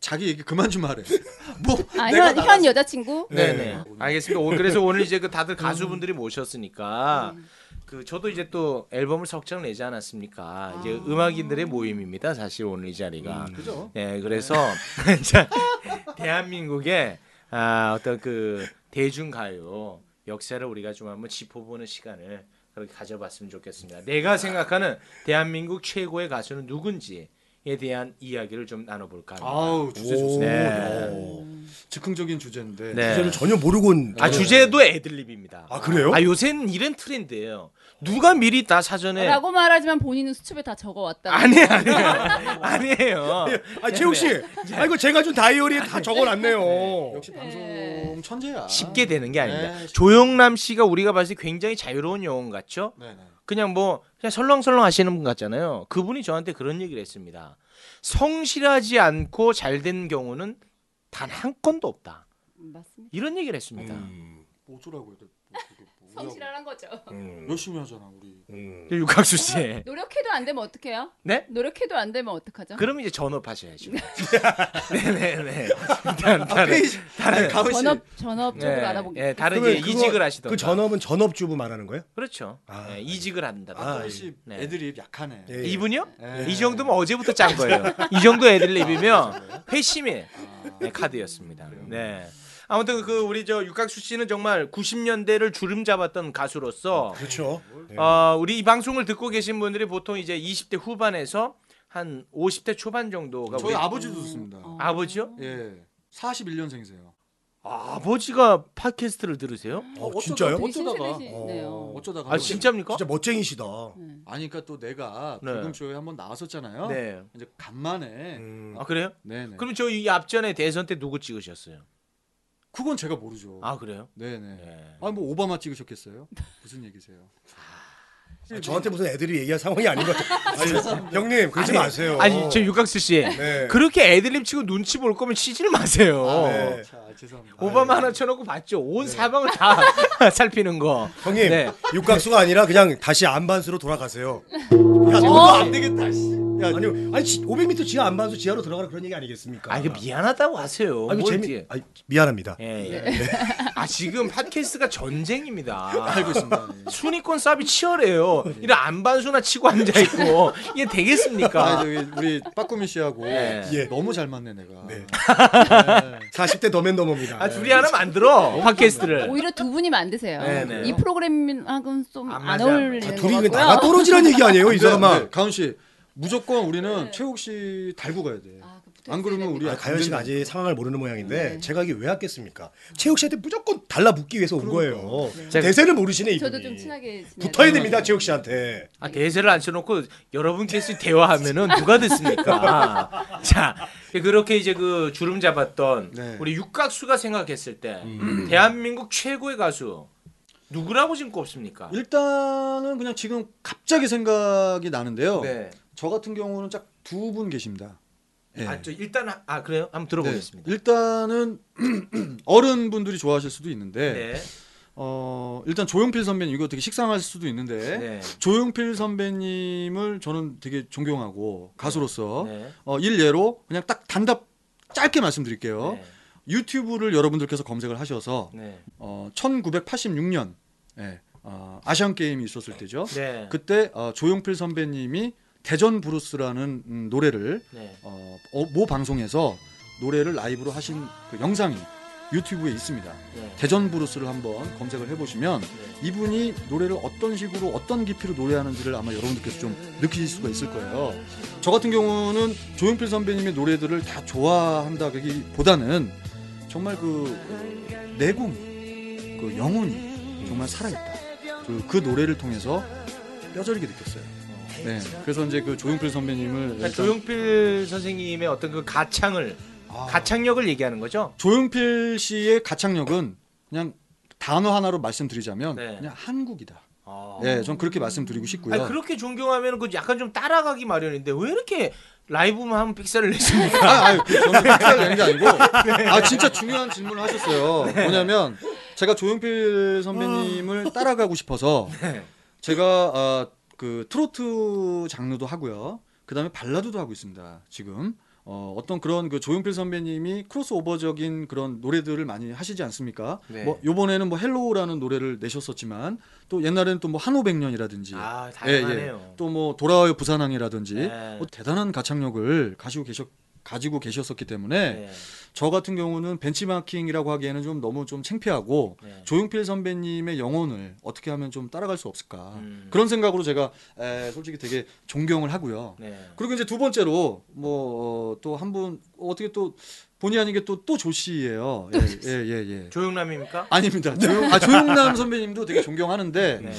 Speaker 5: 자기 얘기 그만 좀 하래. [laughs] 뭐
Speaker 3: 아,
Speaker 5: 내가
Speaker 3: 현, 현 여자친구?
Speaker 4: 네네. 알겠습니다. 오늘 그래서 오늘 이제 그 다들 가수분들이 모셨으니까 그 저도 이제 또 앨범을 석장 내지 않았습니까? 이제 음악인들의 모임입니다. 사실 오늘 이 자리가.
Speaker 5: 그죠?
Speaker 4: 예, 그래서 [laughs] 자, 대한민국의 아, 어떤 그 대중가요 역사를 우리가 좀 한번 짚어보는 시간을 그렇게 가져봤으면 좋겠습니다. 내가 생각하는 대한민국 최고의 가수는 누군지에 대한 이야기를 좀 나눠볼까 합니다.
Speaker 5: 아우 주제 좋습니다.
Speaker 4: 네.
Speaker 5: 오. 즉흥적인 주제인데.
Speaker 4: 네.
Speaker 2: 주제를 전혀 모르고 온-
Speaker 4: 아 주제도 애들립입니다.
Speaker 2: 네. 아, 그래요?
Speaker 4: 아 요새는 이런 트렌드예요. 누가 미리 다 사전에
Speaker 3: 라고 말하지만 본인은 수첩에 다 적어왔다.
Speaker 4: 네. 아니 아니 [laughs] 아니에요.
Speaker 2: 아 최욱 씨,
Speaker 4: 네.
Speaker 2: 아 이거 제가 준 다이어리에 다 적어놨네요.
Speaker 5: 역시 방송
Speaker 3: 네.
Speaker 5: 천재야.
Speaker 4: 쉽게 되는 게 아닙니다.
Speaker 5: 네.
Speaker 4: 조영남 씨가 우리가 봤을 때 굉장히 자유로운 영혼 같죠?
Speaker 5: 네네.
Speaker 4: 그냥 뭐 그냥 설렁설렁 하시는 분 같잖아요. 그분이 저한테 그런 얘기를 했습니다. 성실하지 않고 잘 된 경우는 단 한 건도 없다.
Speaker 3: 음, 맞습니다.
Speaker 4: 이런 얘기를 했습니다.
Speaker 2: 음.
Speaker 5: 뭐 어쩌라고 해도 예.
Speaker 3: 성실한 거죠.
Speaker 2: 음.
Speaker 5: 열심히 하잖아 우리.
Speaker 4: 그 육각수 씨.
Speaker 3: 노력해도 안 되면 어떡해요?
Speaker 4: 예. 네?
Speaker 3: 노력해도 안 되면 어떡하죠?
Speaker 4: 그럼 이제 전업하셔야죠. [laughs] 네, 네네네. 일단
Speaker 5: 아,
Speaker 4: 다른
Speaker 5: 페이지.
Speaker 2: 네.
Speaker 5: 다른 가은 씨.
Speaker 3: 전업 전업 쪽으로 알아보겠습니다.
Speaker 4: 그 예, 다른
Speaker 2: 그러면
Speaker 4: 이제
Speaker 2: 그거-
Speaker 4: 이직을 하시던.
Speaker 2: 그 전업은 전업주부 말하는 거예요?
Speaker 4: 그렇죠.
Speaker 2: 아,
Speaker 4: 예, 이직을 한다.
Speaker 2: 아,
Speaker 4: 아,
Speaker 5: 가은 씨
Speaker 4: 네.
Speaker 5: 애들이 약하네.
Speaker 2: 예.
Speaker 4: 이분요?
Speaker 5: 예.
Speaker 4: 이 정도면 어제부터 짠 거예요. 이 정도 애들립이면 회심의
Speaker 5: 아,
Speaker 4: 네, 카드였습니다. 네. 아무튼 그 우리 저 육각수 씨는 정말 90년대를 주름 잡았던 가수로서
Speaker 2: 그렇죠. 네.
Speaker 4: 어, 우리 이 방송을 듣고 계신 분들이 보통 이제 20대 후반에서 한 50대 초반 정도가
Speaker 5: 저희
Speaker 4: 우리
Speaker 5: 아버지도 듣습니다.
Speaker 3: 어.
Speaker 4: 아버지요?
Speaker 5: 예. 41년생이세요.
Speaker 4: 아버지가 팟캐스트를 들으세요?
Speaker 2: 어, 진짜요?
Speaker 3: 되게
Speaker 5: 어쩌다가
Speaker 3: 신세대시네요. 네.
Speaker 5: 어쩌다가
Speaker 4: 아 진짜입니까?
Speaker 2: 진짜 멋쟁이시다.
Speaker 5: 아니 그러니까 또 내가
Speaker 4: 네.
Speaker 5: 불금쇼에 한번 나왔었잖아요.
Speaker 4: 네.
Speaker 5: 이제 간만에
Speaker 2: 음.
Speaker 4: 아 그래요?
Speaker 5: 네네.
Speaker 4: 그럼 저 이 앞전에 대선 때 누구 찍으셨어요?
Speaker 5: 그건 제가 모르죠.
Speaker 4: 아 그래요?
Speaker 5: 네네.
Speaker 4: 네.
Speaker 5: 아니 뭐 오바마 찍으셨겠어요? 무슨 얘기세요?
Speaker 2: 아, 저한테 무슨 애들이 얘기할 상황이 아닌 것 같아요. 아니, 형님 그러지 마세요.
Speaker 4: 어. 아니 저 육각수 씨
Speaker 2: 네.
Speaker 4: 그렇게 애들립 치고 눈치 볼 거면 치질 마세요.
Speaker 5: 아, 네. 자 죄송합니다.
Speaker 4: 오바마 하나 쳐놓고 봤죠. 온 사방을 다 [laughs] 살피는 거.
Speaker 2: 형님
Speaker 4: 네.
Speaker 2: 육각수가 아니라 그냥 다시 안반수로 돌아가세요.
Speaker 5: 야, 너도 안 되겠다. 씨. 야,
Speaker 2: 아니 아니 지- 500m 지하 안반수 지하로 들어가라 그런 얘기 아니겠습니까?
Speaker 4: 아 이거 미안하다고 하세요.
Speaker 2: 아니, 뭐
Speaker 4: 뭘
Speaker 2: 재미
Speaker 4: 이렇게.
Speaker 2: 아니, 미안합니다.
Speaker 4: 예, 예. 아 지금 팟캐스트가 전쟁입니다.
Speaker 5: 알고 있습니다. 네.
Speaker 4: 순위권 싸움이 치열해요. 이런 안반수나 치고 앉아 있고 이게
Speaker 5: 아,
Speaker 4: 되겠습니까?
Speaker 5: 저기 우리 빠꾸미 씨하고
Speaker 4: 네.
Speaker 2: 예.
Speaker 5: 너무 잘 맞네 내가.
Speaker 2: 네.
Speaker 5: 네.
Speaker 2: 40대 더맨더머입니다. 예.
Speaker 4: 아 둘이 하나 만들어 팟캐스트를.
Speaker 3: 오히려 두 분이 만드세요.
Speaker 4: 네, 네.
Speaker 3: 이 프로그램하고는 좀
Speaker 4: 안
Speaker 3: 안
Speaker 4: 맞아,
Speaker 3: 어울리는
Speaker 2: 아,
Speaker 3: 것
Speaker 2: 둘이
Speaker 3: 같고요.
Speaker 2: 그냥 나가 떨어지란 얘기 아니에요, 이 사람아.
Speaker 5: 네. 가은 씨 무조건 우리는 최욱 씨 달고 가야 돼.
Speaker 3: 아, 그 붙어
Speaker 5: 안 그러면
Speaker 3: 있어야
Speaker 5: 우리
Speaker 2: 아, 가연 씨가
Speaker 5: 안 된다.
Speaker 2: 아직 상황을 모르는 모양인데
Speaker 3: 네.
Speaker 2: 제가 이게 왜 아꼈습니까? 최욱 씨한테 무조건 달라붙기 위해서 온 거예요.
Speaker 4: 제가-
Speaker 2: 대세를 모르시네 이분이.
Speaker 3: 저도 좀 친하게 네. 지내요.
Speaker 2: 붙어야 됩니다, 최욱 씨한테.
Speaker 4: 아 대세를 안 쳐놓고 여러분께서 대화하면은 누가
Speaker 5: [laughs]
Speaker 4: 듣습니까? 자 그렇게 이제 그 주름 잡았던
Speaker 5: 네. 음.
Speaker 4: 우리 육각수가 생각했을 때 대한민국 최고의 가수 누구라고 지금 꼽습니까?
Speaker 5: 일단은 그냥 지금 갑자기 생각이 나는데요.
Speaker 4: 네.
Speaker 5: 저 같은 경우는 딱 두 분 계십니다. 예.
Speaker 4: 아, 저 일단 하- 아 그래요? 한번 들어보겠습니다.
Speaker 5: 네, 일단은 [clears throat] 어른분들이 좋아하실 수도 있는데
Speaker 4: 네.
Speaker 5: 어, 일단 조용필 선배님 이거 되게 식상하실 수도 있는데
Speaker 4: 네.
Speaker 5: 조용필 선배님을 저는 되게 존경하고 가수로서
Speaker 4: 네.
Speaker 5: 어, 일례로 그냥 딱 단답 짧게 말씀드릴게요.
Speaker 4: 네.
Speaker 5: 유튜브를 여러분들께서 검색을 하셔서
Speaker 4: 네.
Speaker 5: 어, 1986년 예, 어, 아시안 게임이 있었을 때죠.
Speaker 4: 네.
Speaker 5: 그때 어, 조용필 선배님이 대전 브루스라는 음, 노래를
Speaker 4: 네.
Speaker 5: 어, 어, 모 방송에서 노래를 라이브로 하신 그 영상이 유튜브에 있습니다.
Speaker 4: 네.
Speaker 5: 대전 브루스를 한번 검색을 해보시면 이분이 노래를 어떤 식으로 어떤 깊이로 노래하는지를 아마 여러분들께서 좀 느끼실 수가 있을 거예요. 저 같은 경우는 조용필 선배님의 노래들을 다 좋아한다기보다는 정말 그 내공, 그 영혼이 정말 살아있다. 그, 그 노래를 통해서 뼈저리게 느꼈어요. 네, 그래서 이제 그 조용필 선배님을
Speaker 4: 그러니까
Speaker 5: 일단
Speaker 4: 조용필 선생님의 어떤 그 가창을
Speaker 5: 아.
Speaker 4: 가창력을 얘기하는 거죠.
Speaker 5: 조용필 씨의 가창력은 그냥 단어 하나로 말씀드리자면
Speaker 4: 네.
Speaker 5: 그냥 한국이다.
Speaker 4: 아.
Speaker 5: 예, 전 그렇게 말씀드리고 싶고요.
Speaker 4: 아니, 그렇게 존경하면 그 약간 좀 따라가기 마련인데 왜 이렇게 라이브만 하면 픽셀을
Speaker 5: [laughs]
Speaker 4: 내십니까?
Speaker 5: 아, 아니, 그 저는 픽셀 내는 게 아니고, 아, 진짜 중요한 질문을 하셨어요.
Speaker 4: 네.
Speaker 5: 뭐냐면, 제가 조용필
Speaker 4: 음.
Speaker 5: 선배님을 따라가고 싶어서,
Speaker 4: 네.
Speaker 5: 제가, 아, 그, 트로트 장르도 하고요. 그 다음에 발라드도 하고 있습니다, 지금. 어, 어떤 그런 그 조용필 선배님이 크로스오버적인 그런 노래들을 많이 하시지 않습니까?
Speaker 4: 네.
Speaker 5: 뭐, 요번에는 뭐, 헬로우라는 노래를 내셨었지만, 또 옛날에는 또 뭐, 한오백년이라든지. 예,
Speaker 4: 아, 다양하네요.
Speaker 5: 또 뭐 돌아와요 부산항이라든지
Speaker 4: 네.
Speaker 5: 뭐 대단한 가창력을 가지고 계셨 가지고 계셨었기 때문에
Speaker 4: 네.
Speaker 5: 저 같은 경우는 벤치마킹이라고 하기에는 좀 너무 좀 창피하고
Speaker 4: 네.
Speaker 5: 조용필 선배님의 영혼을 어떻게 하면 좀 따라갈 수 없을까
Speaker 4: 음.
Speaker 5: 그런 생각으로 제가 에, 솔직히 되게 존경을 하고요.
Speaker 4: 네.
Speaker 5: 그리고 이제 두 번째로 뭐 또 한 분 어떻게 또 본의 아니게 또 또 조씨예요. 예, 예, 예, 예.
Speaker 4: 조용남입니까?
Speaker 5: 아닙니다. 조용,
Speaker 4: [laughs]
Speaker 5: 아, 조용남 선배님도 되게 존경하는데
Speaker 4: 네.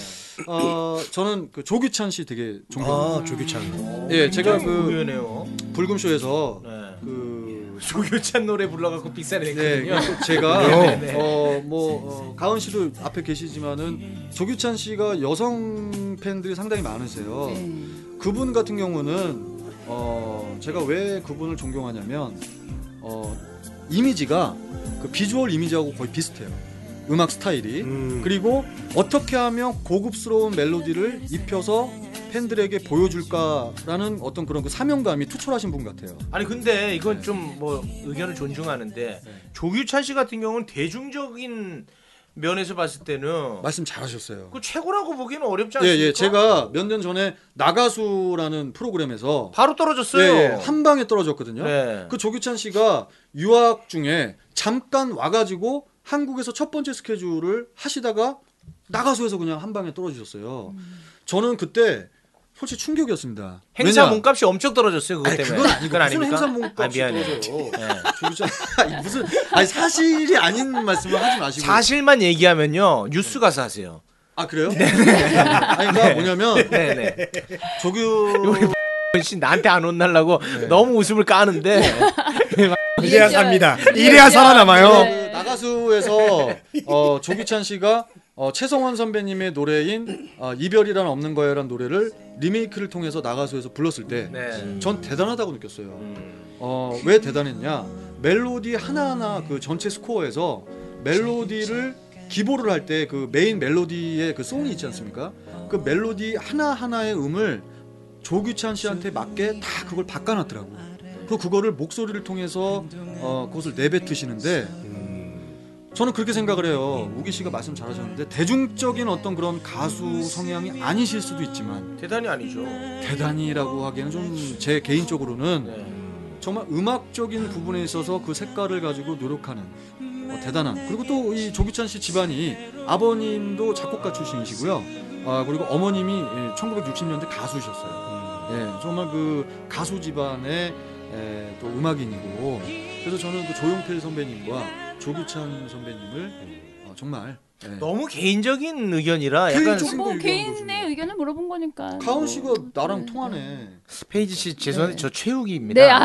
Speaker 5: 어, 저는 그 조규찬 씨 되게 존경.
Speaker 2: 아 조규찬.
Speaker 3: 음.
Speaker 5: 예, 제가
Speaker 4: 굉장히
Speaker 5: 그-
Speaker 4: 의외네요.
Speaker 5: 불금쇼에서
Speaker 4: 네.
Speaker 5: 그
Speaker 4: 조교찬 노래 불러갖고 픽셀을
Speaker 5: 네,
Speaker 4: 냈거든요.
Speaker 5: 그래서
Speaker 4: [laughs]
Speaker 5: 제가 어.
Speaker 4: 네, 네, 네.
Speaker 5: 어뭐 어, 가은 씨도 앞에 계시지만은 조규찬 씨가 여성 팬들이 상당히 많으세요.
Speaker 3: 네.
Speaker 5: 그분 같은 경우는 어 제가 왜 그분을 존경하냐면 어 이미지가 그 비주얼 이미지하고 거의 비슷해요. 음악 스타일이.
Speaker 2: 음.
Speaker 5: 그리고 어떻게 하면 고급스러운 멜로디를 입혀서 팬들에게 보여줄까라는 어떤 그런 그 사명감이 투철하신 분 같아요.
Speaker 4: 아니 근데 이건
Speaker 5: 네.
Speaker 4: 좀 뭐 의견을 존중하는데 조규찬 씨 같은 경우는 대중적인 면에서 봤을 때는
Speaker 5: 말씀 잘하셨어요.
Speaker 4: 그 최고라고 보기는 어렵지
Speaker 5: 예,
Speaker 4: 않습니까?
Speaker 5: 예. 제가 몇 년 전에 나가수라는 프로그램에서
Speaker 4: 바로
Speaker 5: 예,
Speaker 4: 떨어졌어요.
Speaker 5: 예, 한 방에 떨어졌거든요.
Speaker 4: 네.
Speaker 5: 그 조규찬 씨가 유학 중에 잠깐 와가지고 한국에서 첫 번째 스케줄을 하시다가 나가수에서 그냥 한 방에 떨어지셨어요. 저는 그때 솔직히 충격이었습니다.
Speaker 4: 행사
Speaker 5: 왜냐?
Speaker 4: 몸값이 엄청 떨어졌어요. 그것
Speaker 5: 아니,
Speaker 4: 때문에.
Speaker 5: 그건 아니고 무슨
Speaker 4: 아닙니까?
Speaker 5: 행사
Speaker 4: 아,
Speaker 5: 몸값이
Speaker 4: 미안해요.
Speaker 5: 떨어져요.
Speaker 4: 네.
Speaker 5: 조규찬 [laughs] 아니, 무슨 아니 사실이 아닌 말씀을 하지 마시고
Speaker 4: 사실만 얘기하면요 뉴스 가서 하세요.
Speaker 5: 아 그래요? 아니 그러니까 뭐냐면
Speaker 4: 네. [laughs] 네네.
Speaker 5: 조규
Speaker 4: 그 씨 나한테 안 혼날라고 너무 웃음을 까는데 네.
Speaker 2: 이래야
Speaker 3: 이해해줘요. [laughs]
Speaker 2: 삽니다.
Speaker 3: 이해해줘요.
Speaker 2: 이래야 살아남아요.
Speaker 3: 네.
Speaker 5: 그 나가수에서 어, 조규찬 씨가 어, 최성원 선배님의 노래인 어, 이별이란 없는 거야라는 노래를 리메이크를 통해서 나가수에서 불렀을 때 전
Speaker 4: 네.
Speaker 5: 대단하다고 느꼈어요. 어, 왜 대단했냐? 멜로디 하나하나 그 전체 스코어에서 멜로디를 기보를 할 때 그 메인 멜로디의 그 송이 있지 않습니까? 그 멜로디 하나하나의 음을 조규찬 씨한테 맞게 다 그걸 바꿔놨더라고. 그리고 그거를 목소리를 통해서 어, 그것을 내뱉으시는데
Speaker 2: 음,
Speaker 5: 저는 그렇게 생각을 해요. 우기 씨가 말씀 잘하셨는데 대중적인 어떤 그런 가수 성향이 아니실 수도 있지만
Speaker 4: 대단히 아니죠.
Speaker 5: 대단히라고 하기에는 좀 제
Speaker 4: 네.
Speaker 5: 개인적으로는 정말 음악적인 부분에 있어서 그 색깔을 가지고 노력하는 어, 대단한 그리고 또 이 조규찬 씨 집안이 아버님도 작곡가 출신이시고요. 아 그리고 어머님이 예, 1960년대 가수셨어요. 예, 정말 그 가수 집안의 예, 또 음악인이고 그래서 저는 그 조용필 선배님과 조규찬 선배님을 어, 정말 예.
Speaker 4: 너무 개인적인 의견이라 약간
Speaker 5: 개인적인
Speaker 3: 뭐
Speaker 5: 의견인
Speaker 3: 개인의
Speaker 5: 거죠.
Speaker 3: 의견을 물어본 거니까.
Speaker 5: 가은
Speaker 3: 뭐.
Speaker 5: 씨가 나랑
Speaker 3: 네.
Speaker 5: 통하네.
Speaker 4: 페이지 씨 죄송한데 저 최욱이입니다.
Speaker 3: 네, 아,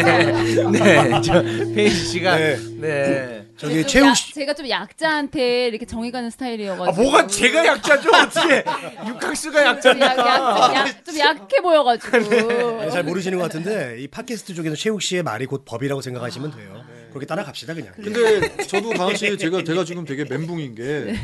Speaker 4: 네, 저 페이지 씨가 네.
Speaker 2: 네. 저기
Speaker 3: 좀
Speaker 2: 최욱
Speaker 3: 약-
Speaker 2: 씨.
Speaker 3: 제가 좀 약자한테 이렇게 정이 가는 스타일이어가지고.
Speaker 4: 아 뭐가 제가 약자죠 [laughs] 어떻게 육각수가
Speaker 3: 좀 약, 약, 좀,
Speaker 4: 약자니까.
Speaker 3: 약, 좀 약해 보여가지고.
Speaker 2: 아니, 잘 모르시는 것 같은데 이 팟캐스트 쪽에서 최욱 씨의 말이 곧 법이라고 생각하시면 돼요.
Speaker 3: 아, 네.
Speaker 2: 그렇게 따라갑시다 그냥.
Speaker 5: 근데 저도 강한 씨 제가 제가 지금 되게 멘붕인
Speaker 3: 네.
Speaker 5: 게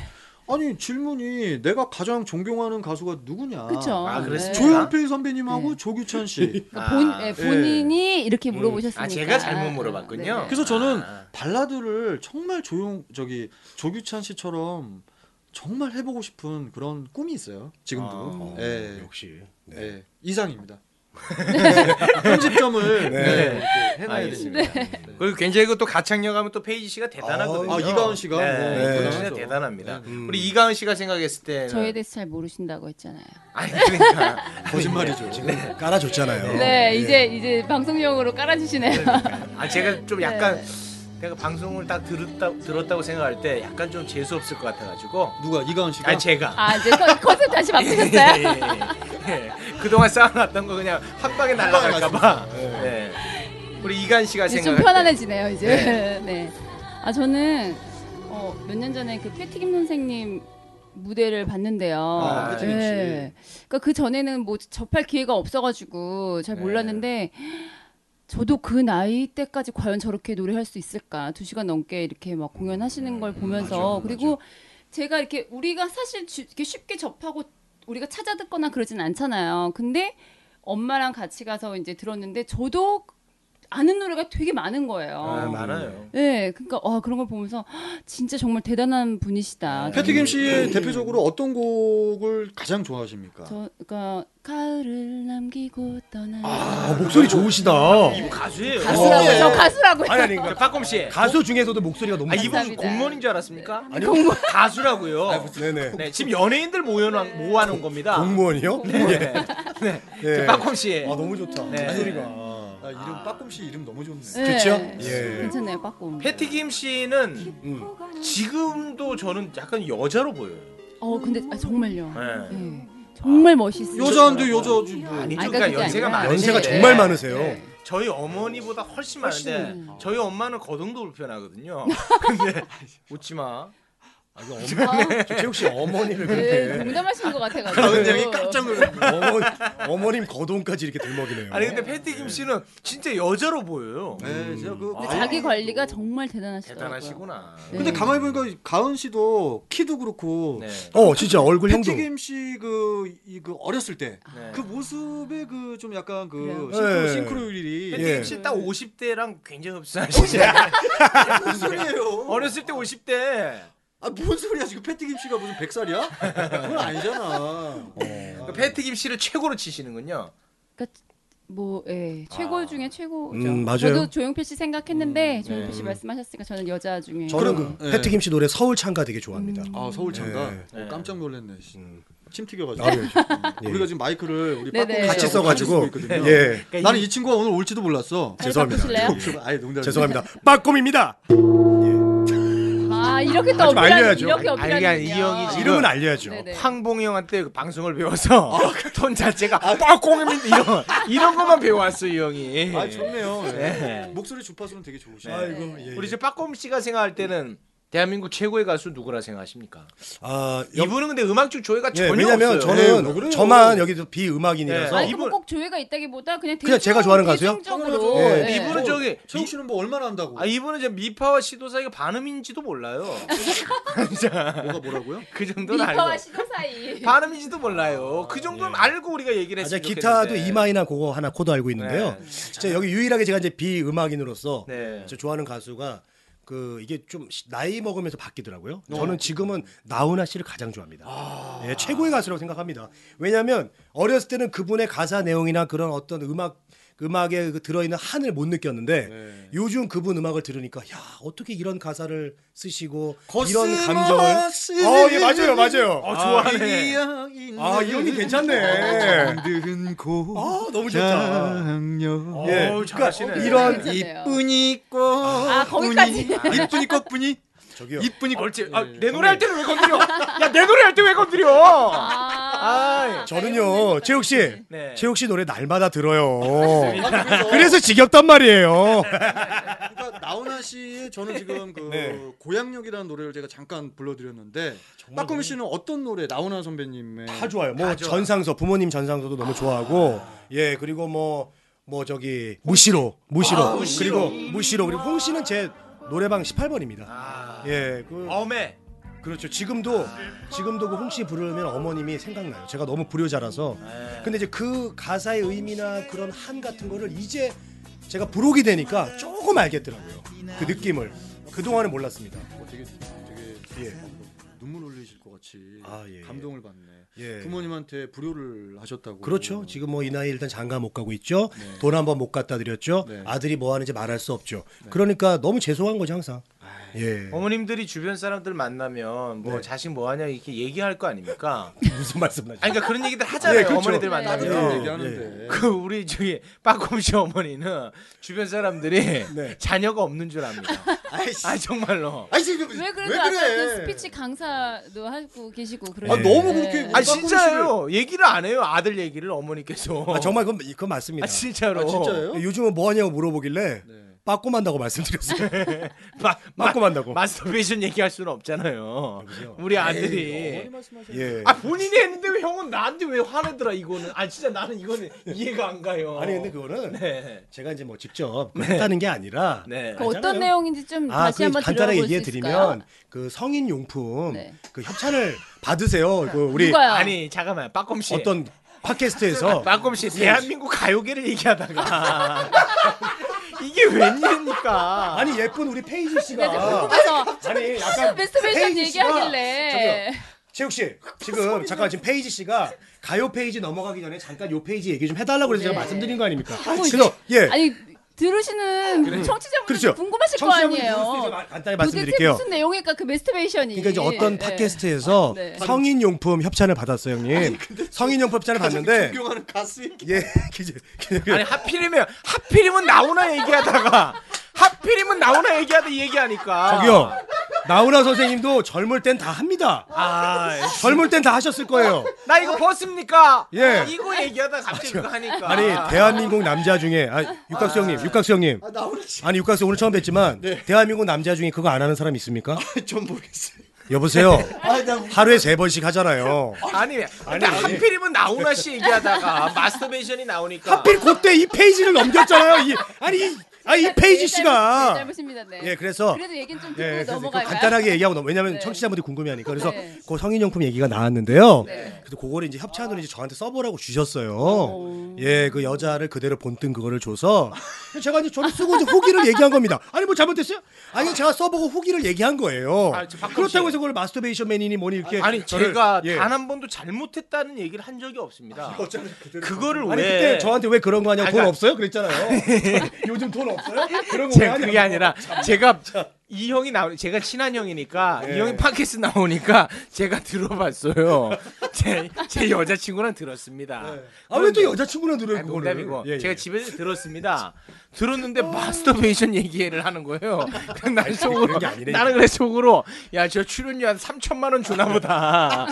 Speaker 5: 아니 질문이 내가 가장 존경하는 가수가 누구냐?
Speaker 3: 그쵸.
Speaker 4: 아, 그랬어요?
Speaker 3: 네.
Speaker 5: 조용필 선배님하고
Speaker 3: 네.
Speaker 5: 조규찬 씨.
Speaker 3: 그러니까 본,
Speaker 4: 아,
Speaker 3: 예, 본인이 이렇게 물어보셨으니까.
Speaker 4: 아, 제가 잘못 물어봤군요.
Speaker 3: 네.
Speaker 5: 그래서 저는
Speaker 4: 아.
Speaker 5: 발라드를 정말 조용 저기 조규찬 씨처럼 정말 해보고 싶은 그런 꿈이 있어요.
Speaker 4: 아,
Speaker 5: 지금도.
Speaker 2: 어,
Speaker 5: 예.
Speaker 2: 역시. 네.
Speaker 5: 예. 이상입니다.
Speaker 4: 네.
Speaker 5: [laughs] 편집점을 네. 이렇게 해놔야
Speaker 4: 알겠습니다. 네.
Speaker 5: 됩니다.
Speaker 4: 그리고 굉장히 그것도 가창력 하면 또 페이지 씨가 대단하거든요.
Speaker 5: 아, 이가은 씨가?
Speaker 4: 네,
Speaker 5: 네.
Speaker 4: 이가은 씨가
Speaker 5: 네.
Speaker 4: 대단합니다.
Speaker 5: 네.
Speaker 4: 우리 이가은 씨가 생각했을 때는
Speaker 3: 저에 대해서 잘 모르신다고 했잖아요.
Speaker 4: 아니 그러니까
Speaker 5: 거짓말이죠.
Speaker 2: 지금 네. 깔아줬잖아요.
Speaker 4: 어, 예. 네,
Speaker 3: 네, 이제 이제 방송용으로 깔아주시네요.
Speaker 4: 아 제가 좀 약간 내가 방송을 딱 들었다, 들었다고 생각할 때 약간 좀 재수 없을 것 같아가지고
Speaker 5: 누가 이가은 씨가
Speaker 4: 아니 제가
Speaker 3: 아 이제 컨- 컨셉 다시
Speaker 4: [laughs] 예,
Speaker 3: 바꾸셨어요?
Speaker 4: 예, 예. 그동안 쌓아놨던 거 그냥 한 방에 날아갈까봐 예. 우리 이간 씨가
Speaker 3: 이제 좀
Speaker 4: 생각할 때
Speaker 3: 편안해지네요 이제. [laughs] 네. 아 저는 어, 몇 년 전에 그 패티김 선생님 무대를 봤는데요.
Speaker 4: 아,
Speaker 5: 패티김 씨.
Speaker 3: 그러니까 그 전에는 뭐 접할 기회가 없어가지고 잘
Speaker 4: 네.
Speaker 3: 몰랐는데 저도 그 나이 때까지 과연 저렇게 노래할 수 있을까? 두 시간 넘게 이렇게 막 공연하시는 걸 보면서 그리고 제가 이렇게 우리가 사실 주- 이렇게 쉽게 접하고 우리가 찾아 듣거나 그러진 않잖아요. 근데 엄마랑 같이 가서 이제 들었는데 저도 아는 노래가 되게 많은 거예요.
Speaker 4: 아, 많아요.
Speaker 3: 네, 그러니까 와 그런 걸 보면서 헉, 진짜 정말 대단한 분이시다.
Speaker 5: 패티김
Speaker 4: 음.
Speaker 5: 씨의 대표적으로 어떤 곡을 가장 좋아하십니까?
Speaker 3: 저 그러니까 가을을 남기고 떠나
Speaker 2: 아, 목소리 좋으시다.
Speaker 4: 이분 가수예요.
Speaker 3: 가수라고
Speaker 2: 예.
Speaker 3: 저 가수라고요.
Speaker 2: 아니, 아니, 그러니까
Speaker 4: 자, 박검 씨.
Speaker 2: 가수 중에서도 목소리가 너무
Speaker 4: 아 이분
Speaker 3: 감사합니다.
Speaker 4: 공무원인 줄 알았습니까?
Speaker 2: 아니
Speaker 4: 가수라고요.
Speaker 2: 네네.
Speaker 4: 네, 지금 연예인들 모여 모아놓은 겁니다.
Speaker 2: 공무원이요?
Speaker 4: 네.
Speaker 2: 예.
Speaker 4: [laughs] 네.
Speaker 2: 예.
Speaker 4: 자, 박검 씨.
Speaker 2: 아 너무 좋다.
Speaker 4: 네.
Speaker 2: 목소리가.
Speaker 5: 아, 이름 빠꿈 씨 이름 너무 좋네.
Speaker 3: 네.
Speaker 2: 좋죠? 예.
Speaker 3: 괜찮아요, 빠꼼.
Speaker 4: 패티김 씨는
Speaker 2: 음.
Speaker 4: 지금도 저는 약간 여자로 보여요.
Speaker 3: 어 근데 아, 정말요.
Speaker 4: 네.
Speaker 3: 네. 정말 멋있어요.
Speaker 5: 여자인데 여자지 뭐.
Speaker 4: 아니
Speaker 3: 아니,
Speaker 4: 그러니까
Speaker 3: 그게
Speaker 4: 연세가
Speaker 3: 아니라.
Speaker 4: 많으
Speaker 3: 네.
Speaker 2: 연세가 정말 많으세요.
Speaker 4: 저희 어머니보다 훨씬
Speaker 3: 훨씬
Speaker 4: 많은데
Speaker 3: 많아요.
Speaker 4: 저희 엄마는 거동도 불편하거든요. [laughs] 근데 웃지 마.
Speaker 2: 최욱 씨 [laughs] 어머니를
Speaker 3: 아, 네,
Speaker 2: 그렇게
Speaker 3: 농담하시는 것 같아가지고.
Speaker 5: 가은 양이 깜짝 놀랐네.
Speaker 2: 어머, 어머님 거동까지 이렇게 들먹이네요.
Speaker 4: 아니 근데 패티김 씨는 진짜 여자로 보여요.
Speaker 5: 네, 제가
Speaker 4: 음.
Speaker 5: 그
Speaker 3: 근데
Speaker 4: 아.
Speaker 3: 자기 관리가 정말 대단하시더라고요. 네.
Speaker 4: 대단하시구나.
Speaker 5: 근데 가만히 보니까 가은 씨도 키도 그렇고
Speaker 4: 네.
Speaker 2: 어 진짜 얼굴 형도.
Speaker 5: 패티김 씨그 이그 어렸을 때 그
Speaker 4: 네.
Speaker 5: 모습에 그 좀 약간 그
Speaker 3: 그래요?
Speaker 5: 싱크로
Speaker 2: 네.
Speaker 5: 싱크로율이
Speaker 4: 패티김
Speaker 2: 예. 어,
Speaker 4: 씨 딱 50대랑 굉장히 흡사하시죠.
Speaker 5: 무슨 소리예요?
Speaker 4: 어렸을 때 50대.
Speaker 5: 예. 아뭔 소리야 지금 패티김 씨가 무슨 100살이야? 그건 아니잖아.
Speaker 2: 어.
Speaker 4: 그 패티김 씨를 최고로 치시는군요.
Speaker 3: 그러니까 뭐 예, 최고 중에 최고죠.
Speaker 2: 음, 맞아요.
Speaker 3: 저도 조용필 씨 생각했는데 조용필 씨
Speaker 4: 아. 음.
Speaker 3: 말씀하셨으니까 저는 여자 중에
Speaker 2: 저는 그
Speaker 5: 예.
Speaker 2: 패티김 씨 노래 서울 창가 되게 좋아합니다.
Speaker 5: 아 서울 참가
Speaker 2: 네.
Speaker 5: 어, 깜짝 놀랐네. 씨.
Speaker 2: 음.
Speaker 5: 침 튀겨가지고
Speaker 2: 아, 예. 예.
Speaker 5: [laughs] 우리가 지금 마이크를 우리
Speaker 3: 네네.
Speaker 5: 빠꾸
Speaker 2: 같이
Speaker 3: 네.
Speaker 2: 써가지고
Speaker 5: 예.
Speaker 2: 예
Speaker 5: 나는 이 친구가 오늘 올지도 몰랐어.
Speaker 3: 아,
Speaker 5: [laughs]
Speaker 2: 죄송합니다. [laughs]
Speaker 3: 바꾸실래요?
Speaker 5: 아예 농담.
Speaker 2: 죄송합니다. 빠꼼입니다.
Speaker 3: 아 이렇게 또
Speaker 2: 아, 좀
Speaker 3: 어필하는
Speaker 2: 알려야죠.
Speaker 3: 이렇게
Speaker 4: 아니,
Speaker 3: 어필하는
Speaker 4: 아니, 이 형이 지금
Speaker 2: 이름은 알려야죠.
Speaker 3: 네네.
Speaker 4: 황봉이 형한테 그 방송을 배워서
Speaker 2: 아,
Speaker 4: [laughs] 톤 자체가 빡공입니다 이런 이런 것만 배워왔어 이 형이.
Speaker 5: 아 좋네요. 예.
Speaker 4: 네.
Speaker 5: 목소리 주파수는 되게 좋으시네.
Speaker 2: 아이고 예.
Speaker 4: 우리 저 빠꼼 씨가 생각할 때는 대한민국 최고의 가수 누구라 생각하십니까?
Speaker 2: 아 여,
Speaker 4: 이분은 근데 음악 중 조예가
Speaker 2: 예,
Speaker 4: 전혀
Speaker 2: 왜냐면
Speaker 4: 없어요.
Speaker 2: 저는
Speaker 4: 네, 그래요.
Speaker 2: 저만 여기서 비음악인이라서
Speaker 3: 아니
Speaker 4: 예.
Speaker 3: 이분... 꼭 조회가 있다기보다 그냥
Speaker 2: 그냥 제가 좋아하는 가수요?
Speaker 3: 대중적으로
Speaker 2: 예,
Speaker 5: 아,
Speaker 3: 예.
Speaker 4: 이분은 저기
Speaker 5: 최욱 씨는 뭐 얼마나 한다고?
Speaker 4: 아 이분은 이제 미파와 시도 사이가 반음인지도 몰라요.
Speaker 5: 뭐가 뭐라고요?
Speaker 4: 그 정도는
Speaker 3: 미카와
Speaker 4: 알고.
Speaker 3: 시도 사이
Speaker 4: 반음인지도 몰라요. 그 정도는 알고 우리가 얘기를
Speaker 2: 아, 제가
Speaker 4: 했으면
Speaker 2: 아, 기타도
Speaker 4: 좋겠는데.
Speaker 2: 이마이나 그거 하나 코드 알고 있는데요.
Speaker 4: 네.
Speaker 2: 제가 여기 유일하게 제가 이제 비음악인으로서
Speaker 4: 네.
Speaker 2: 저 좋아하는 가수가 그 이게 좀 시- 나이 먹으면서 바뀌더라고요.
Speaker 4: 어.
Speaker 2: 저는 지금은 나훈아 씨를 가장 좋아합니다. 예, 최고의 가수라고 생각합니다. 왜냐하면 어렸을 때는 그분의 가사 내용이나 그런 어떤 음악 음악에 그 들어있는 한을 못 느꼈는데
Speaker 4: 네.
Speaker 2: 요즘 그분 음악을 들으니까 야 어떻게 이런 가사를 쓰시고 이런 감정을
Speaker 5: 아,
Speaker 2: 어예 맞아요 맞아요
Speaker 4: 어 좋아하네.
Speaker 2: 아, 이 형이 괜찮네.
Speaker 5: 흔든 고
Speaker 2: 아 너무 좋다
Speaker 5: 장녀
Speaker 4: 어우,
Speaker 2: 예.
Speaker 4: 잘하시네.
Speaker 2: 그러니까 이런
Speaker 3: 괜찮네요.
Speaker 5: 이쁜이 꽃아
Speaker 3: 거기까지.
Speaker 5: 이쁜이 꽃분이
Speaker 2: 저기요
Speaker 5: 이쁜이 꽃
Speaker 4: 얼지 아,
Speaker 2: 네.
Speaker 4: 내 노래 할 때는 왜 건드려? 야 내 노래 할 때 왜 건드려?
Speaker 3: 아,
Speaker 2: 저는요 최욱 씨
Speaker 4: 네.
Speaker 2: 최욱 씨 노래 날마다 들어요 그래서 지겹단 말이에요
Speaker 5: 그러니까 나훈아 씨의 저는 지금 그
Speaker 2: 네.
Speaker 5: 고향역이라는 노래를 제가 잠깐 불러드렸는데 빠꾸미 씨는 어떤 노래 나훈아 선배님의
Speaker 2: 다 좋아요 뭐 전상서 부모님 전상서도 너무 좋아하고 예 그리고 뭐 뭐 저기 무시로 아, 무시로 그리고 무시로 그리고 홍 씨는 제 노래방 18번입니다
Speaker 4: 아.
Speaker 2: 예그
Speaker 4: 어메.
Speaker 2: 그렇죠. 지금도 지금도 그 홍씨 부르면 어머님이 생각나요. 제가 너무 불효자라서. 근데 이제 그 가사의 의미나 그런 한 같은 거를 이제 제가 부록이 되니까 조금 알겠더라고요. 그 느낌을 그 동안은 몰랐습니다.
Speaker 5: 어, 되게 되게 뭐
Speaker 2: 예.
Speaker 5: 눈물 흘리실 것 같이
Speaker 2: 아, 예, 예.
Speaker 5: 감동을 받네.
Speaker 2: 예.
Speaker 5: 부모님한테 불효를 하셨다고.
Speaker 2: 그렇죠. 지금 뭐 이 나이 에 일단 장가 못 가고 있죠. 돈 한 번 못 갖다 드렸죠.
Speaker 5: 네.
Speaker 2: 아들이 뭐 하는지 말할 수 없죠. 그러니까 너무 죄송한 거죠 항상.
Speaker 5: 아,
Speaker 2: 예.
Speaker 4: 어머님들이 주변 사람들 만나면 뭐
Speaker 2: 네.
Speaker 4: 자식 뭐 하냐 이렇게 얘기할 거 아닙니까?
Speaker 2: 무슨 말씀하시죠?
Speaker 4: 아니 그러니까 그런 얘기들 하잖아요.
Speaker 2: 예, 그렇죠.
Speaker 4: 어머니들
Speaker 5: 다른
Speaker 4: 만나면.
Speaker 5: 데
Speaker 2: 예.
Speaker 5: 얘기하는데
Speaker 4: 그 우리 저기 빠꼼씨 어머니는 주변 사람들이
Speaker 2: 네.
Speaker 4: 자녀가 없는 줄 압니다.
Speaker 1: 아이씨.
Speaker 4: 아 정말로.
Speaker 1: 아이씨 이거
Speaker 3: 왜 그래도
Speaker 1: 왜
Speaker 3: 아까
Speaker 1: 그래?
Speaker 3: 그 스피치 강사도 하고 계시고 그러
Speaker 2: 아, 너무
Speaker 5: 그렇게
Speaker 4: 아 진짜요. 얘기를 안 해요. 아들 얘기를 어머니께서.
Speaker 2: 아, 정말 그건, 그건 맞습니다.
Speaker 4: 아, 진짜로.
Speaker 1: 아, 진짜요?
Speaker 2: 요즘은 뭐 하냐고 물어보길래 빠꼼한다고 말씀드렸어요.
Speaker 4: 마, 마,
Speaker 2: 빠꼼한다고.
Speaker 4: 마스터베이션 얘기할 수는 없잖아요.
Speaker 2: 여보세요?
Speaker 4: 우리 아들이.
Speaker 5: 어머니 말씀하시는
Speaker 2: [laughs] 예.
Speaker 4: 아 본인이 했는데 왜 형은 나한테 왜 화내더라 이거는. 아 진짜 나는 이거는 이해가 안 가요.
Speaker 2: 아니 근데 그거는
Speaker 4: 어. 네.
Speaker 2: 제가 이제 뭐 직접 했다는 게 아니라
Speaker 4: 네.
Speaker 3: 그 어떤
Speaker 2: 알잖아요.
Speaker 3: 내용인지 좀
Speaker 2: 아,
Speaker 3: 다시
Speaker 2: 그
Speaker 3: 한번
Speaker 2: 간단하게
Speaker 3: 들어볼 수
Speaker 2: 얘기해 드리면
Speaker 3: 있을까요?
Speaker 2: 그 성인 용품
Speaker 3: 네.
Speaker 2: 그 협찬을 받으세요. 그 우리
Speaker 3: 누가요?
Speaker 4: 아니 잠깐만 빠꼼 씨.
Speaker 2: 어떤 팟캐스트에서
Speaker 4: 아, 빠꼼 씨 대한민국 가요계를 얘기하다가 [laughs] 이게 웬일입니까?
Speaker 2: 아니 예쁜 우리 페이지
Speaker 3: 네, 저
Speaker 2: 씨가
Speaker 3: 궁금해서
Speaker 2: 아니 약간
Speaker 3: 베스베이션
Speaker 2: 페이지 씨가
Speaker 3: 얘기하길래 [laughs]
Speaker 2: 최욱 씨 지금 잠깐 지금 페이지 씨가 가요 페이지 넘어가기 전에 잠깐 요 페이지 얘기 좀 해달라고 그래서 제가
Speaker 3: 네.
Speaker 2: 말씀드린 거 아닙니까?
Speaker 3: 하고
Speaker 2: 그래서 예
Speaker 3: 아니 들으시는 청취자분들
Speaker 2: 그렇죠.
Speaker 3: 궁금하실 거
Speaker 2: 청취자분들 들었을 때
Speaker 3: 아니에요.
Speaker 2: 제가
Speaker 3: 도대체
Speaker 2: 간단히 말씀드릴게요.
Speaker 3: 무슨 내용일까 그 메스터베이션이.
Speaker 2: 그러니까 이제 어떤
Speaker 3: 예.
Speaker 2: 팟캐스트에서
Speaker 3: 네.
Speaker 2: 성인 용품 협찬을 받았어요, 형님. 성인 용품 협찬을 받는데
Speaker 1: 존경하는 가슴이
Speaker 2: 예, [laughs] 기재, 기재,
Speaker 4: 아니 하필이면 하필이면 나오나 얘기하다가 하필이면 나오나 얘기하다 이 얘기하니까
Speaker 2: 저기요. 나훈아 선생님도 젊을 땐 다 합니다.
Speaker 3: 네.
Speaker 4: 아나
Speaker 2: 젊을 땐 다 하셨을 거예요.
Speaker 4: 이거 벗습니까? 아,
Speaker 2: 예.
Speaker 4: 이거 얘기하다 갑자기 그거 하니까
Speaker 2: 아니 대한민국 남자 중에 아, 육각수 형님, 육각수 형님.
Speaker 1: 아, 나오는 씨.
Speaker 2: 아니 육각수 오늘 처음 뵀지만 대한민국 남자 중에 그거 안 하는 사람 있습니까?
Speaker 1: 좀 아, 모르겠어요.
Speaker 2: 여보세요.
Speaker 1: [laughs] 아, 나 웃-
Speaker 2: 하루에 세 번씩 하잖아요.
Speaker 4: 아니, 근데 하필이면 나훈아 씨 얘기하다가 마스터베이션이 나오니까
Speaker 2: 하필 그때 이 페이지를 넘겼잖아요. 이, 아니 이, 아니 이 페이지
Speaker 3: 네,
Speaker 2: 씨가
Speaker 3: 잘못입니다. 네.
Speaker 2: 예 그래서
Speaker 3: 그래도 얘기는 좀 듣고
Speaker 2: 예, 그래서 그거
Speaker 3: 넘어갈까요?
Speaker 2: 간단하게 얘기하고 넘 왜냐면
Speaker 3: 네.
Speaker 2: 청취자분들이 궁금해하니까 그래서
Speaker 3: 네.
Speaker 2: 그 성인용품 얘기가 나왔는데요.
Speaker 3: 네.
Speaker 2: 그래서 그거를 이제 협찬으로 이제 저한테 써보라고 주셨어요. 예, 그 여자를 그대로 본뜬 그거를 줘서 제가 이제 저를 쓰고 이제 후기를 얘기한 겁니다. 아니 뭐 잘못됐어요? 아니 제가 써보고 후기를 얘기한 거예요.
Speaker 4: 아, 저 박범
Speaker 2: 그렇다고
Speaker 4: 씨.
Speaker 2: 해서 그걸 마스터베이션 맨이니 뭐니 이렇게
Speaker 4: 아니
Speaker 2: 저를-
Speaker 4: 제가
Speaker 2: 예. 아,
Speaker 4: 단 한 번도 잘못했다는 얘기를 한 적이 없습니다. 그거를
Speaker 2: 아니
Speaker 4: 왜
Speaker 2: 그때 저한테 왜 그런 거 하냐고
Speaker 4: 아니,
Speaker 2: 돈
Speaker 4: 그러니까-
Speaker 2: 없어요? 그랬잖아요.
Speaker 4: [laughs]
Speaker 2: 요즘 돈 없어요? 그런 거왜
Speaker 4: 제가
Speaker 2: 하냐고.
Speaker 4: 그게 아니라 제가 이 형이 나오 제가 친한 형이니까
Speaker 2: 예.
Speaker 4: 이 형이 팟캐스트 나오니까 제가
Speaker 2: [laughs]
Speaker 4: 들어봤어요. 제, 제 여자친구랑 들었습니다. 뭐,
Speaker 2: 아 왜 또 여자친구랑 들어요
Speaker 4: 아니,
Speaker 2: 그거를?
Speaker 4: 농담이고
Speaker 2: 예, 예.
Speaker 4: 제가 집에서 들었습니다. 들었는데 마스터베이션 얘기를 하는
Speaker 2: [laughs]
Speaker 4: 거예요. 그난 속으로
Speaker 2: 그런 게 아니래.
Speaker 4: 나는 그래 속으로 야 저 출연료 한 3천만 원 주나
Speaker 2: [laughs]
Speaker 4: 보다.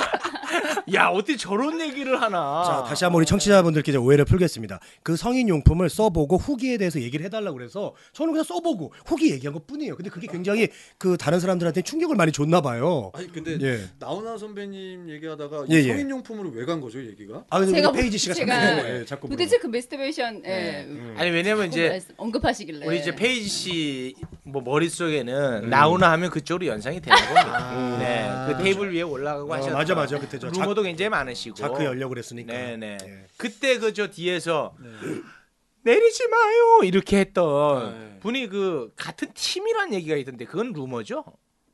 Speaker 4: 야 어떻게 저런 얘기를 하나.
Speaker 2: 자 다시 한번 우리 청취자분들께 이제 오해를 풀겠습니다. 그 성인 용품을 써보고 후기에 대해서 얘기를 해달라고 그래서 저는 그냥 써보고 후기 얘기한 것 뿐이에요. 근데 그게 굉장히 그 다른 사람들한테 충격을 많이 줬나 봐요.
Speaker 5: 아니 근데
Speaker 2: 예.
Speaker 5: 나훈아 선배님 얘기하다가
Speaker 2: 예, 예.
Speaker 5: 성인 용품으로 왜 간 거죠 얘기가?
Speaker 2: 아 근데
Speaker 3: 제가
Speaker 2: 우리 페이지 씨가
Speaker 3: 제가
Speaker 2: 자꾸 물어봐요. 예, 자꾸
Speaker 3: 도대체 그 메스터베이션 예.
Speaker 2: 음.
Speaker 4: 아니 왜냐면 이제
Speaker 3: 말씀- 언급하시길래.
Speaker 4: 우리 이제 페이지 씨 뭐 머릿속에는
Speaker 2: 음.
Speaker 4: 나오나 하면 그쪽으로 연상이 되는 겁니다. 네. 그 테이블 위에 올라가고
Speaker 2: 아. 물어봐요.
Speaker 4: 하셨던
Speaker 2: 어, 맞아 맞아 그때 저 자,
Speaker 4: 루머도 굉장히 많으시고.
Speaker 2: 자크 열려고 그랬으니까.
Speaker 4: 네, 네.
Speaker 2: 예. 네.
Speaker 4: 그때 그 저 뒤에서 [gasps] 내리지 마요 이렇게 했던
Speaker 5: 네.
Speaker 4: 분이 그 같은 팀이란 얘기가 있던데 그건 루머죠?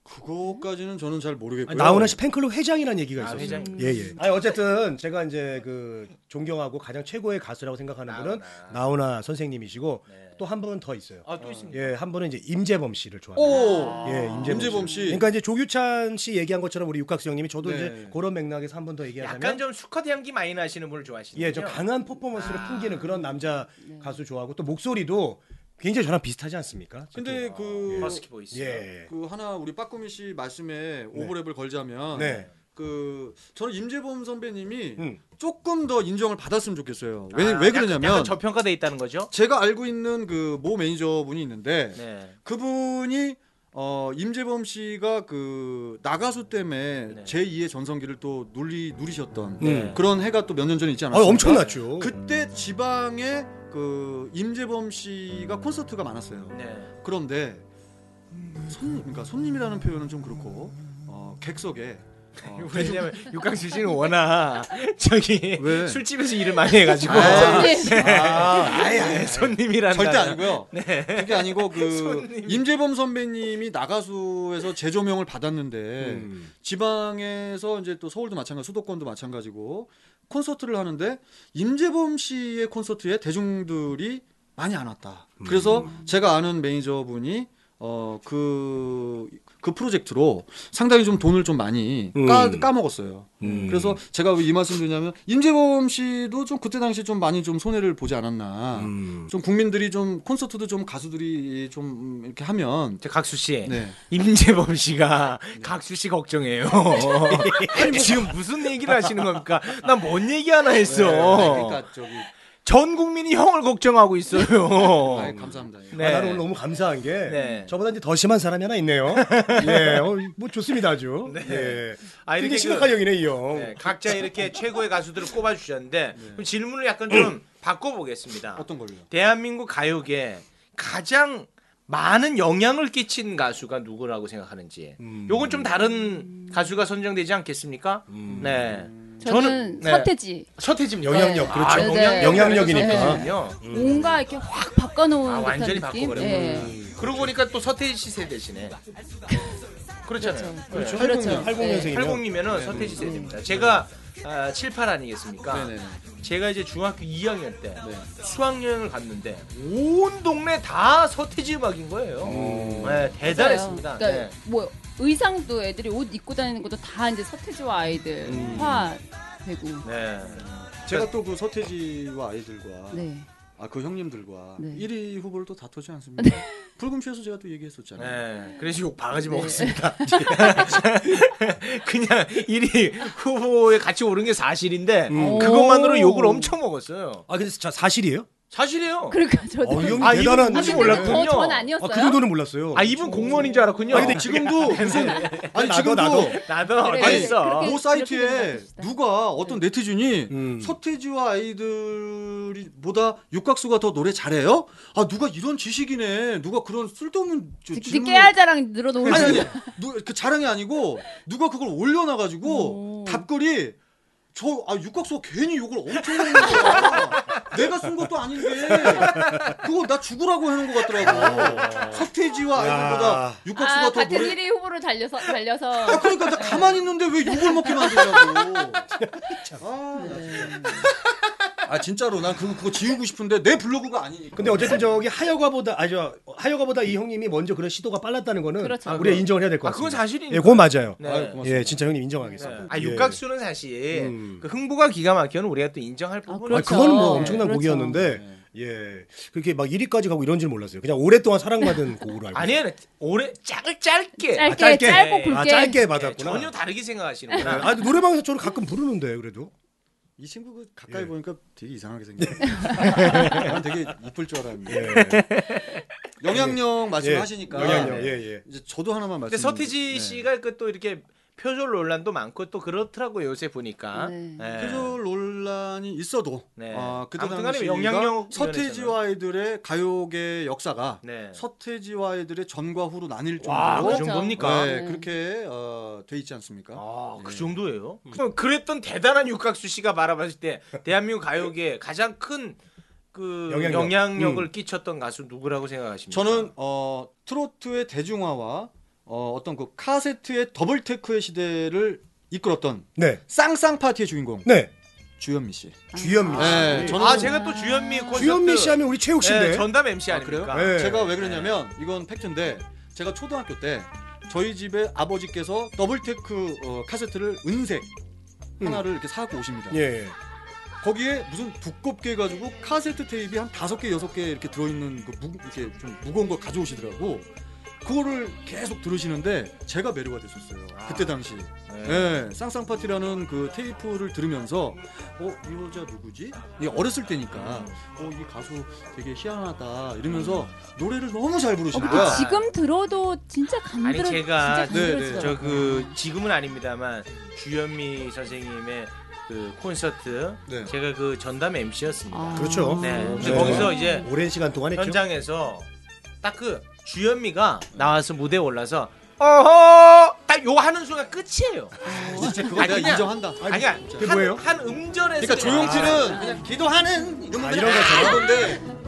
Speaker 5: 그거까지는 저는 잘 모르겠고요.
Speaker 2: 아니, 나훈아 씨 팬클럽 회장이라는 얘기가
Speaker 4: 아,
Speaker 2: 있었어요.
Speaker 4: 회장.
Speaker 2: 예예. 아니 어쨌든 제가 이제 그 존경하고 가장 최고의 가수라고 생각하는 분은 나훈아 선생님이시고 또 한 분은 더 있어요.
Speaker 4: 네. 아 또 있습니다.
Speaker 2: 예, 한 분은 이제 임재범 씨를 좋아합니다.
Speaker 5: 오.
Speaker 2: 예, 임재범,
Speaker 5: 임재범 씨.
Speaker 2: 그러니까 이제 조규찬 씨 얘기한 것처럼 우리 육각수 형님이 저도
Speaker 5: 네.
Speaker 2: 이제 그런 맥락에서 한 번 더 얘기하자면
Speaker 4: 약간 좀 수컷 향기 많이 나시는 분을 좋아하시는
Speaker 2: 예, 좀 강한 퍼포먼스를
Speaker 4: 아.
Speaker 2: 풍기는 그런 남자 가수 좋아하고 또 목소리도 굉장히 저랑 비슷하지 않습니까?
Speaker 5: 근데 그
Speaker 4: 머스키 보이스.
Speaker 2: 예.
Speaker 5: 그 하나 우리 빠꾸미 씨 말씀에 오버랩을 걸자면
Speaker 2: 네.
Speaker 5: 그 저는 임재범 선배님이
Speaker 4: 네.
Speaker 2: 음.
Speaker 5: 조금 더 인정을 받았으면 좋겠어요.
Speaker 4: 아,
Speaker 5: 왜, 왜
Speaker 4: 약간-
Speaker 5: 그러냐면
Speaker 4: 약간 저평가돼 있다는 거죠?
Speaker 5: 제가 알고 있는 그 모 매니저분이
Speaker 2: 예.
Speaker 5: 있는데
Speaker 4: 네.
Speaker 5: 그분이 어 임재범 씨가 그 나가수 때문에
Speaker 4: 네.
Speaker 5: 제2의 전성기를 또 누리 누리셨던
Speaker 4: 네.
Speaker 5: 그런 해가 또 몇 년 전에 있지
Speaker 2: 음. 아,
Speaker 5: 않았습니까?
Speaker 2: 엄청났죠. 네.
Speaker 5: 그때 지방에 그 임재범 씨가 콘서트가 많았어요.
Speaker 4: 네.
Speaker 5: 그런데 손님, 그러니까 손님이라는 표현은 좀 그렇고 어, 객석에 어,
Speaker 4: 왜냐면 육강수 씨는
Speaker 2: [laughs]
Speaker 4: 워낙 저기
Speaker 5: 왜? 네.
Speaker 4: 술집에서 일을 많이 [laughs]
Speaker 5: 아,
Speaker 4: 해가지고
Speaker 2: 아, 아예
Speaker 4: 네, [laughs] 손님이라는
Speaker 5: 절대
Speaker 4: 단어.
Speaker 5: 아니고요. 그게 아니고
Speaker 4: [laughs]
Speaker 5: 그 임재범 선배님이 나가수에서 재조명을
Speaker 4: 네.
Speaker 5: 받았는데
Speaker 4: 음.
Speaker 2: 음.
Speaker 5: 지방에서 이제 또 서울도 마찬가지, 수도권도 마찬가지고 콘서트를 하는데 임재범 씨의
Speaker 2: 음.
Speaker 5: 콘서트에 대중들이 많이 안 왔다. 그래서 제가 아는 매니저분이 어그그 프로젝트로 상당히 좀 돈을 좀 많이 까,
Speaker 2: 음.
Speaker 5: 까먹었어요.
Speaker 2: 음.
Speaker 5: 그래서 제가 왜 이 말씀 드리냐면 임재범 씨도 좀 그때 당시 좀 많이 좀 손해를 보지 않았나.
Speaker 2: 음.
Speaker 5: 좀 국민들이 좀 콘서트도 좀 가수들이 좀 이렇게 하면
Speaker 4: 저 각수 씨,
Speaker 5: 네.
Speaker 4: 임재범 씨가 각수 씨
Speaker 5: [laughs]
Speaker 4: 걱정해요.
Speaker 5: 뭐
Speaker 4: 아니, 지금 무슨 얘기를 하시는 겁니까? 난 뭔 얘기 하나 했어.
Speaker 5: 아니, 네, 그러니까 저기
Speaker 4: 전 국민이 형을 걱정하고 있어요.
Speaker 5: 아이, 감사합니다. 예.
Speaker 4: 네.
Speaker 2: 아, 나는 오늘 너무 감사한 게
Speaker 4: 네.
Speaker 2: 저보다 이제 더 심한 사람이 하나
Speaker 4: [laughs]
Speaker 2: 있네요. 예, 어, 뭐 좋습니다 아주. 예.
Speaker 4: 아, 이렇게
Speaker 2: 굉장히
Speaker 4: 그-
Speaker 2: 심각한 형이네 이 형.
Speaker 4: 네, 각자 이렇게 최고의
Speaker 5: [laughs]
Speaker 4: 가수들을 꼽아주셨는데 그럼 질문을 약간 좀 바꿔보겠습니다.
Speaker 5: 네. 어떤 걸요?
Speaker 4: 대한민국 가요계 가장 많은 영향을 끼친 가수가 누구라고 생각하는지
Speaker 2: 음.
Speaker 4: 요건 좀 다른 가수가 선정되지 않겠습니까? 네.
Speaker 3: 저는
Speaker 4: 네.
Speaker 3: 서태지
Speaker 2: 음. 서태지 영향력
Speaker 3: 네.
Speaker 2: 그렇죠. 음.
Speaker 3: 아, 네.
Speaker 2: 영향력이니까.
Speaker 3: 네.
Speaker 4: 그렇군요.
Speaker 3: 뭔가 이렇게 확 바꿔놓은
Speaker 4: 아,
Speaker 3: 듯한
Speaker 4: 완전히 음.
Speaker 3: 느낌.
Speaker 4: 바꿔버렸구나.
Speaker 2: 음,
Speaker 3: 예.
Speaker 2: 네.
Speaker 4: 그러고 보니까 또 서태지 씨 세대시네. 그렇잖아요. 그렇죠.
Speaker 3: 그렇죠.
Speaker 2: 80년생이면
Speaker 4: 80이면은 서태지 세대입니다. 제가 아, 78 아니겠습니까?
Speaker 5: 네네.
Speaker 4: 제가 이제 중학교 2학년 때
Speaker 5: 네.
Speaker 4: 수학여행을 갔는데 온 동네 다 서태지 음악인 거예요. 네, 대단했습니다.
Speaker 3: 그러니까
Speaker 4: 네.
Speaker 3: 뭐 의상도 애들이 옷 입고 다니는 것도 다 이제 서태지와 아이들
Speaker 4: 음.
Speaker 3: 화 배구.
Speaker 4: 네.
Speaker 5: 제가 또 그 서태지와 아이들과
Speaker 3: 네.
Speaker 5: 아 그 형님들과
Speaker 3: 네.
Speaker 5: 1위 후보를 또 다투지 않습니다. 불금쇼에서 제가 또 얘기했었잖아요.
Speaker 4: 네, 그래서 욕 바가지 먹었습니다. [laughs] 그냥 1위 후보에 같이 오른 게 사실인데
Speaker 5: 음.
Speaker 4: 그것만으로 욕을 엄청 먹었어요.
Speaker 2: 음. 아 근데 자, 사실이에요?
Speaker 4: 사실이에요.
Speaker 3: 그러니까 저도.
Speaker 2: 어, 이 형이
Speaker 4: 아, 이분
Speaker 2: 대단한
Speaker 4: 뭔지
Speaker 3: 근데
Speaker 4: 몰랐군요.
Speaker 3: 저- 전
Speaker 2: 아,
Speaker 3: 아니었어요.
Speaker 2: 그 정도는 몰랐어요.
Speaker 4: 아 이분 공무원인 줄 알았군요. 네.
Speaker 5: 아니 근데 지금도
Speaker 4: [laughs]
Speaker 5: 무슨 아니
Speaker 2: 네. 나도,
Speaker 5: 지금도
Speaker 2: 나도.
Speaker 4: 나도
Speaker 3: 네, 그래,
Speaker 4: 어디 있어.
Speaker 3: 그렇게-
Speaker 5: 모
Speaker 3: 그렇게
Speaker 5: 사이트에
Speaker 3: 생각합시다.
Speaker 5: 누가 어떤 네티즌이
Speaker 2: 음.
Speaker 5: 서태지와 아이들보다 육각수가 더 노래 잘해요? 아 누가 이런 지식이네. 누가 그런 쓸데없는 저
Speaker 3: 이제
Speaker 5: 질문을-
Speaker 3: 깨알자랑 늘어놓은
Speaker 5: 아니 아니 누, 그 자랑이 아니고 누가 그걸 올려놔가지고
Speaker 3: 오.
Speaker 5: 답글이 저 아 육각수가 괜히 욕을 엄청 하는 거야. 내가 쓴 것도 아닌데 그거 나 죽으라고 해놓은 것 같더라고. 서태지와
Speaker 2: 야.
Speaker 5: 아이들보다 육각수가
Speaker 3: 아,
Speaker 5: 그 더
Speaker 3: 같은
Speaker 5: 노래.
Speaker 3: 1위 후보로 달려서 달려서
Speaker 5: 아 그러니까 나 가만히 있는데 왜 욕을 먹게 만들냐고. 아, 나 진짜. 아 진짜로 난 그거 그거 지우고 싶은데 내 블로그가 아니니까.
Speaker 2: 근데 어쨌든 저기 하여가보다 아저 하여가보다 이 형님이 먼저 그런 시도가 빨랐다는 거는
Speaker 3: 그렇죠.
Speaker 2: 우리가 인정을 해야 될 것
Speaker 4: 아
Speaker 2: 같습니다.
Speaker 4: 그건 사실이니까.
Speaker 2: 예, 그건 맞아요.
Speaker 4: 네.
Speaker 5: 아유, 고맙습니다.
Speaker 2: 예, 진짜 형님 인정하겠습니다.
Speaker 4: 네. 아
Speaker 2: 예.
Speaker 4: 육각수는 사실
Speaker 2: 음.
Speaker 4: 그 흥부가 기가 막혀는 우리가 또 인정할
Speaker 3: 아,
Speaker 4: 부분.
Speaker 2: 아,
Speaker 3: 그렇죠.
Speaker 2: 그건 뭐 엄청난
Speaker 3: 그렇죠.
Speaker 2: 곡이었는데 예 그렇게 막 1위까지 가고 이런 줄 몰랐어요. 그냥
Speaker 3: [laughs]
Speaker 2: 오랫동안 사랑받은 곡으로 알고
Speaker 4: 아니에요. 오래 짧 짧게.
Speaker 2: 아,
Speaker 3: 짧게
Speaker 2: 짧게.
Speaker 3: 짧고
Speaker 2: 있어요. 아,
Speaker 3: 굵게
Speaker 2: 짧게
Speaker 4: 네,
Speaker 2: 받았구나.
Speaker 4: 전혀 다르게 생각하시는구나.
Speaker 2: 아, 근데 노래방에서 저를 가끔 부르는데 그래도
Speaker 5: 이 친구가 그 가까이
Speaker 2: 예.
Speaker 5: 보니까 되게 이상하게 생겼네. [laughs] 난 되게 이쁠 줄 알았는데.
Speaker 2: 예.
Speaker 5: 영향력
Speaker 2: 예.
Speaker 5: 말씀하시니까 네.
Speaker 2: 영향력 예예
Speaker 5: 이제 저도 하나만 네.
Speaker 4: 근데
Speaker 5: 말씀.
Speaker 2: 네.
Speaker 4: 서태지 씨가 그 또 이렇게 표절 논란도 많고 또 그렇더라고요 요새 보니까.
Speaker 3: 네.
Speaker 4: 예.
Speaker 5: 표절 논란이 있어도
Speaker 4: 네.
Speaker 5: 아, 그때
Speaker 4: 아무튼 간에
Speaker 5: 당시
Speaker 4: 영향력
Speaker 5: 서태지와 아이들의 가요계 역사가
Speaker 4: 네.
Speaker 5: 서태지와 아이들의 전과 후로 나뉠 정도로
Speaker 4: 와, 그
Speaker 3: 그렇죠.
Speaker 4: 정도입니까?
Speaker 5: 네,
Speaker 3: 네.
Speaker 5: 그렇게 어, 돼 있지 않습니까?
Speaker 4: 아, 그
Speaker 5: 네.
Speaker 4: 정도예요?
Speaker 2: 음.
Speaker 4: 그럼 그랬던 대단한 육각수 씨가 바라봤을 때 대한민국 가요계에 가장 큰 그
Speaker 2: 영향력. 음.
Speaker 4: 영향력. 을 끼쳤던 가수 누구라고 생각하십니까?
Speaker 5: 저는 어, 트로트의 대중화와 어, 어떤 그 카세트의 더블 테크의 시대를 이끌었던
Speaker 2: 네.
Speaker 5: 쌍쌍 파티의 주인공
Speaker 2: 네네
Speaker 5: 주현미 씨.
Speaker 2: 아. 주현미 씨.
Speaker 5: 네, 저는
Speaker 4: 아, 제가 또 주현미 콘서트
Speaker 2: 주현미 씨 하면 우리 최욱 씨인데
Speaker 4: 네, 전담 MC 아닙니까?
Speaker 2: 그래요? 네.
Speaker 5: 제가 왜 그러냐면 이건 팩트인데 제가 초등학교 때 저희 집에 아버지께서 더블테크 어, 카세트를 은색 하나를 이렇게 사고 오십니다.
Speaker 2: 음. 예.
Speaker 5: 거기에 무슨 두껍게 해가지고 카세트 테이프 한 다섯 개 여섯 개 이렇게 들어있는 그 무, 이렇게 좀 무거운 걸 가져오시더라고. 그거를 계속 들으시는데 제가 매료가 됐었어요. 그때 당시.
Speaker 4: 네.
Speaker 2: 네.
Speaker 5: 예, 쌍쌍 파티라는 그 테이프를 들으면서 어, 이 여자 누구지? 이 어렸을 때니까 어, 이 가수 되게 희한하다 이러면서 노래를 너무 잘 부르시는
Speaker 4: 음. 어,
Speaker 5: 거야.
Speaker 4: 그치.
Speaker 3: 지금 들어도 진짜
Speaker 4: 아니
Speaker 3: 간드러
Speaker 4: 제가
Speaker 5: 네, 네.
Speaker 3: 진짜 간드러져.
Speaker 4: 저 그 지금은 아닙니다만 주현미 선생님의 그 콘서트
Speaker 5: 네.
Speaker 4: 제가 그 전담 MC였습니다.
Speaker 3: 아.
Speaker 2: 그렇죠.
Speaker 4: 네. 근데
Speaker 2: 네.
Speaker 4: 거기서 이제
Speaker 2: 오랜 시간 동안 했죠. 네.
Speaker 4: 현장에서 딱 그 주현미가 나와서 무대에 올라서 어허 딱 요 하는 순간 끝이에요.
Speaker 5: 진짜 그거
Speaker 4: 아니,
Speaker 5: 내가
Speaker 4: 그냥-
Speaker 5: 인정한다.
Speaker 4: 아니야. 그러니까
Speaker 5: 진짜.
Speaker 4: 한,
Speaker 2: 뭐예요?
Speaker 4: 한 음절에서
Speaker 5: 그러니까 조용필은 그냥 기도하는 이런, 아, 이런 거잖아. 데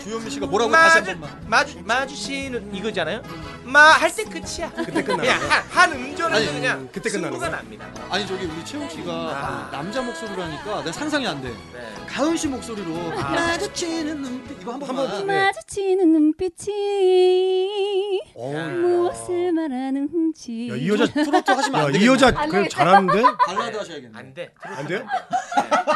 Speaker 5: 구현미 씨가 뭐라고 다시 한
Speaker 4: 마주
Speaker 5: 번만.
Speaker 4: 마주 마주씨는 이거잖아요. 마 할 때 끝이야.
Speaker 2: 그때 끝나는
Speaker 4: 그냥
Speaker 2: 거야?
Speaker 4: 한, 한 음절은
Speaker 5: 아니,
Speaker 4: 그냥
Speaker 2: 그때 끝나는
Speaker 4: 승부가
Speaker 2: 거야?
Speaker 4: 납니다.
Speaker 5: 아니 저기 우리 채용 씨가
Speaker 4: 아.
Speaker 5: 그 남자 목소리로 하니까 내 상상이 안 돼.
Speaker 4: 네.
Speaker 5: 가은 씨 목소리로
Speaker 4: 아.
Speaker 5: 마주치는 눈빛 이거 한 번만.
Speaker 2: 번. 네.
Speaker 3: 마주치는 눈빛이
Speaker 2: 어,
Speaker 4: 네.
Speaker 3: 무엇을 말하는지
Speaker 2: 야, 이 여자
Speaker 5: 트로트 하시면
Speaker 4: 아,
Speaker 2: 야,
Speaker 5: 안
Speaker 2: 이
Speaker 5: 되겠네.
Speaker 2: 여자 그래 잘하는데?
Speaker 5: 발라드 하셔야겠네.
Speaker 4: 안 돼.
Speaker 2: 안 돼요?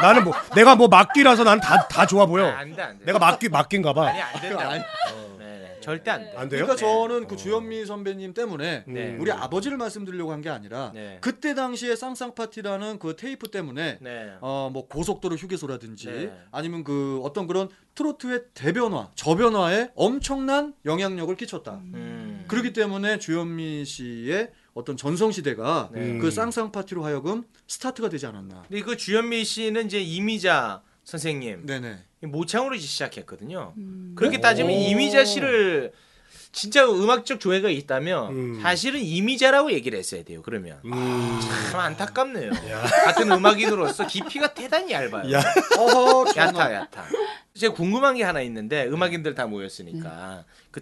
Speaker 2: 나는 뭐 내가 뭐 막귀라서 난 다 다 좋아 보여.
Speaker 4: 안 돼, 안 돼.
Speaker 2: 내가 막귀 막귀인가 봐.
Speaker 4: 아니 안 된다. 네, 네. 어. 절대 안 돼.
Speaker 2: 안 돼요?
Speaker 5: 그러니까 저는 그 주현미 선배님 때문에
Speaker 2: 음.
Speaker 4: 네.
Speaker 5: 우리 아버지를 말씀드리려고 한 게 아니라
Speaker 4: 네.
Speaker 5: 그때 당시에 쌍쌍 파티라는 그 테이프 때문에
Speaker 4: 네.
Speaker 5: 어
Speaker 2: 아.
Speaker 5: 뭐 고속도로 휴게소라든지
Speaker 4: 네.
Speaker 5: 아니면 그 어떤 그런 트로트의 대변화, 저변화에 엄청난 영향력을 끼쳤다.
Speaker 4: 음.
Speaker 5: 그렇기 때문에 주현미 씨의 어떤 전성 시대가
Speaker 4: 네.
Speaker 5: 그 쌍쌍 파티로 하여금 스타트가 되지 않았나.
Speaker 4: 근데 그 주현미 씨는 이제 이미자 선생님
Speaker 5: 네네.
Speaker 4: 모창으로 시작했거든요.
Speaker 2: 네.
Speaker 3: 음.
Speaker 4: 그렇게 따지면
Speaker 5: 오.
Speaker 4: 이미자 씨를 진짜 음악적 조예가 있다면
Speaker 2: 음.
Speaker 4: 사실은 이미자라고 얘기를 했어야 돼요. 그러면
Speaker 2: 음.
Speaker 4: 참 안타깝네요. 같은 음악인으로서 깊이가 대단히 얇아요.
Speaker 2: 야.
Speaker 5: 어허,
Speaker 4: 얕아 얕아. 제가 궁금한 게 하나
Speaker 2: 네.
Speaker 4: 있는데 음악인들 다 모였으니까
Speaker 5: 네.
Speaker 4: 그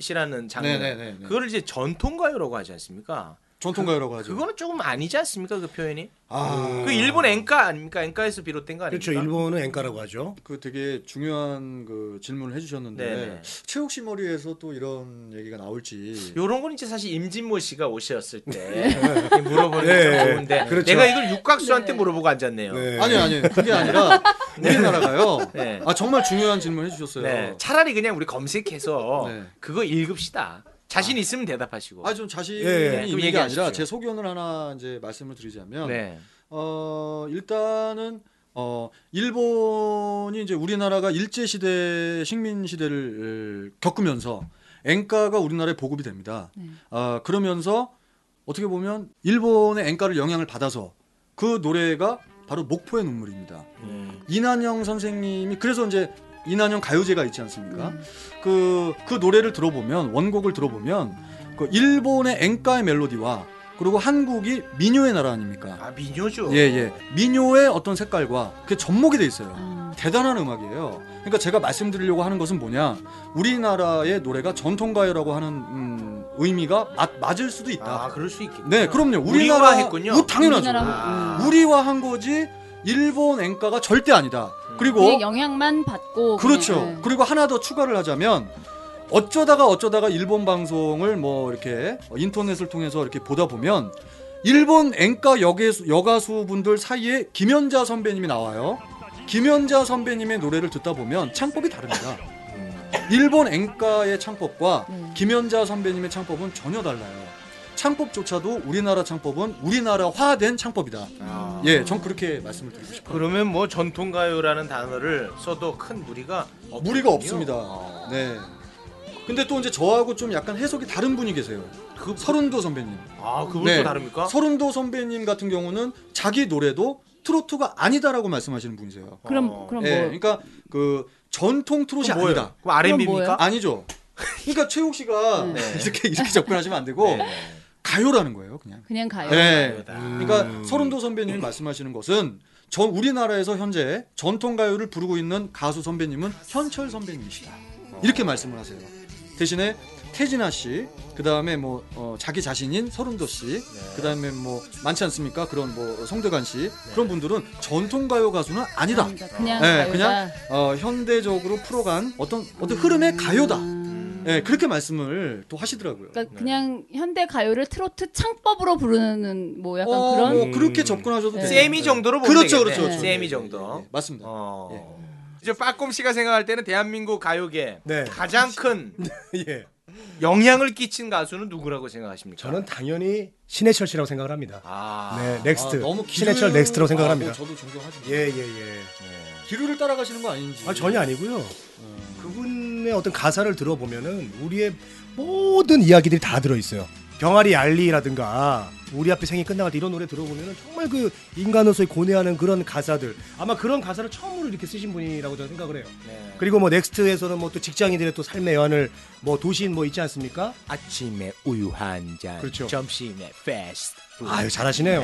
Speaker 4: 트롯이라는 장르
Speaker 5: 네네네네.
Speaker 4: 그거를 이제 전통가요라고 하지 않습니까?
Speaker 5: 전통가요라고 하죠.
Speaker 4: 그거는 조금 아니지 않습니까 그 표현이?
Speaker 5: 아,
Speaker 4: 그 일본 엔카 아닙니까? 엔카에서 비롯된 거 아닙니까?
Speaker 2: 음. 그렇죠. 일본은 엔카라고 하죠.
Speaker 5: 그 되게 중요한 그 질문을
Speaker 4: 네네.
Speaker 5: 해주셨는데 최욱 씨 머리에서 또 이런 얘기가 나올지.
Speaker 4: 요런 건 이제 사실 임진모 씨가 오셨을 때 물어보는 게
Speaker 2: 네.
Speaker 4: 좀 좋은데
Speaker 2: 그렇죠.
Speaker 4: 내가 이걸 육각수한테
Speaker 3: 네.
Speaker 4: 물어보고 앉았네요.
Speaker 2: 네.
Speaker 5: 아니 아니
Speaker 4: [laughs]
Speaker 5: 그게 아니라 우리나라가요.
Speaker 4: 네.
Speaker 5: 아 정말 중요한 질문 해주셨어요.
Speaker 4: 네, 차라리 그냥 우리 검색해서
Speaker 5: 네. 아.
Speaker 4: 그거 읽읍시다. 자신 있으면 대답하시고.
Speaker 5: 아좀 자신이
Speaker 2: 예, 예.
Speaker 4: 네. 그럼
Speaker 5: 있는 게
Speaker 4: 얘기하십시오.
Speaker 5: 아니라 제 소견을 하나 이제 말씀을 드리자면
Speaker 4: 네.
Speaker 5: 어 일단은 어 일본이 이제 우리나라가 일제 시대 식민 시대를 겪으면서 엔가가 우리나라에 보급이 됩니다.
Speaker 3: 네.
Speaker 5: 아 그러면서 어떻게 보면 일본의 엔가를 영향을 받아서 그 노래가 바로 목포의 눈물입니다.
Speaker 4: 음.
Speaker 5: 이난영 선생님이 그래서 이제 이난영 가요제가 있지 않습니까? 그, 그 노래를 들어보면 원곡을 들어보면 그 일본의 엔카의 멜로디와 그리고 한국이 민요의 나라 아닙니까?
Speaker 4: 아 민요죠.
Speaker 5: 예예 민요의 어떤 색깔과 그게 접목이 돼 있어요.
Speaker 3: 아,
Speaker 5: 대단한 음악이에요. 그러니까 제가 말씀드리려고 하는 것은 뭐냐 우리나라의 노래가 전통가요라고 하는 음, 의미가 맞, 맞을 수도
Speaker 4: 아
Speaker 5: 있다.
Speaker 4: 그럴 수 있겠네.
Speaker 5: 네 그럼요.
Speaker 4: 우리와
Speaker 5: 우리나라
Speaker 4: 했군요.
Speaker 5: 우- 당연하죠.
Speaker 3: 우리나라
Speaker 4: 아.
Speaker 5: 우리와 한 거지 일본 엔카가 절대 아니다. 그리고
Speaker 3: 우리의 영향만 받고
Speaker 5: 그렇죠.
Speaker 3: 그냥, 네.
Speaker 5: 그리고 하나 더 추가를 하자면 어쩌다가 어쩌다가 일본 방송을 뭐 이렇게 인터넷을 통해서 이렇게 보다 보면 일본 엔카 여가수, 여가수분들 사이에 김연자 선배님이 나와요. 김연자 선배님의 노래를 듣다 보면 창법이 다릅니다. 일본 엔카의 창법과
Speaker 3: 네.
Speaker 5: 김연자 선배님의 창법은 전혀 달라요. 창법조차도 우리나라 창법은 우리나라화된 창법이다.
Speaker 4: 아.
Speaker 5: 예, 전 그렇게 말씀을 드리고 싶어요.
Speaker 4: 그러면 뭐 전통가요라는 단어를 써도 큰 무리가 없
Speaker 5: 어, 무리가 없습니다. 네. 근데 또 이제 저하고 좀 약간 해석이 다른 분이 계세요.
Speaker 4: 그 서른
Speaker 5: 서른도 선배님.
Speaker 4: 아 그분
Speaker 5: 네.
Speaker 4: 또 다릅니까?
Speaker 5: 서른도 선배님 같은 경우는 자기 노래도 트로트가 아니다라고 말씀하시는 분이세요.
Speaker 3: 그럼
Speaker 4: 어.
Speaker 3: 그럼
Speaker 5: 예,
Speaker 3: 뭐
Speaker 5: 그러니까 그 전통 트로트
Speaker 4: 그럼 뭐예요?
Speaker 5: 아니다.
Speaker 4: 그럼 R&B입니까?
Speaker 3: 그럼
Speaker 5: 아니죠.
Speaker 4: [laughs]
Speaker 5: 그러니까 최욱 씨가
Speaker 3: 네.
Speaker 5: [laughs] 이렇게 이렇게 접근하시면 안 되고
Speaker 4: 네.
Speaker 5: 가요라는 거예요, 그냥.
Speaker 3: 그냥 가요.
Speaker 5: 아, 네.
Speaker 4: 음.
Speaker 5: 그러니까 서른도 선배님이 말씀하시는 것은 전 우리나라에서 현재 전통 가요를 부르고 있는 가수 선배님은 현철 선배님이시다. 이렇게 말씀을 하세요. 대신에 태진아 씨, 그 다음에 뭐 어, 자기 자신인 서른도 씨, 그 다음에 뭐 많지 않습니까? 그런 뭐 성대관 씨 그런 분들은 전통 가요 가수는 아니다.
Speaker 3: 그러니까 그냥
Speaker 5: 네,
Speaker 3: 가요다.
Speaker 5: 그냥 어, 현대적으로 풀어간 어떤 어떤 흐름의 가요다.
Speaker 3: 음.
Speaker 5: 예, 그렇게 말씀을 또 하시더라고요.
Speaker 3: 그러니까
Speaker 4: 네.
Speaker 3: 그냥 현대 가요를 트로트 창법으로 부르는 뭐 약간
Speaker 5: 어,
Speaker 3: 그런
Speaker 5: 뭐 그렇게
Speaker 2: 음.
Speaker 5: 접근하셔도
Speaker 3: 네.
Speaker 5: 돼요.
Speaker 4: 세미 정도로 보면
Speaker 5: 그렇죠,
Speaker 4: 되겠네.
Speaker 5: 그렇죠, 그렇죠.
Speaker 4: 세미
Speaker 5: 예,
Speaker 4: 정도. 네,
Speaker 5: 예, 예.
Speaker 2: 네.
Speaker 5: 맞습니다.
Speaker 4: 어. 이제 빠꼼 씨가 생각할 때는 대한민국 가요계
Speaker 2: 예. [laughs] 네.
Speaker 4: 가장 큰
Speaker 2: 예.
Speaker 4: 영향을 끼친 가수는 누구라고 생각하십니까?
Speaker 2: 저는 당연히 신해철 씨라고 생각을 합니다.
Speaker 4: 아,
Speaker 2: 네, 넥스트.
Speaker 5: 아, 너무 기르-
Speaker 2: 신해철 넥스트라고 생각을
Speaker 5: 아,
Speaker 2: 합니다.
Speaker 5: 뭐 저도 존경하죠.
Speaker 2: 예, 예, 예.
Speaker 5: 기류를 따라가시는 거 아닌지.
Speaker 2: 아, 전혀 아니고요. 그분의 어떤 가사를 들어보면은 우리의 모든 이야기들이 다 들어 있어요. 병아리 알리라든가 우리 앞에 생이 끝나갈 때 이런 노래 들어보면은 정말 그 인간으로서의 고뇌하는 그런 가사들 아마 그런 가사를 처음으로 이렇게 쓰신 분이라고 저는 생각을 해요.
Speaker 4: 네.
Speaker 2: 그리고 뭐 넥스트에서는 뭐 또 직장인들의 또 삶의 애환을 뭐 도시인 뭐 있지 않습니까?
Speaker 4: 아침에 우유 한 잔,
Speaker 2: 그렇죠.
Speaker 4: 점심에 패스트푸드.
Speaker 2: 아유 잘하시네요.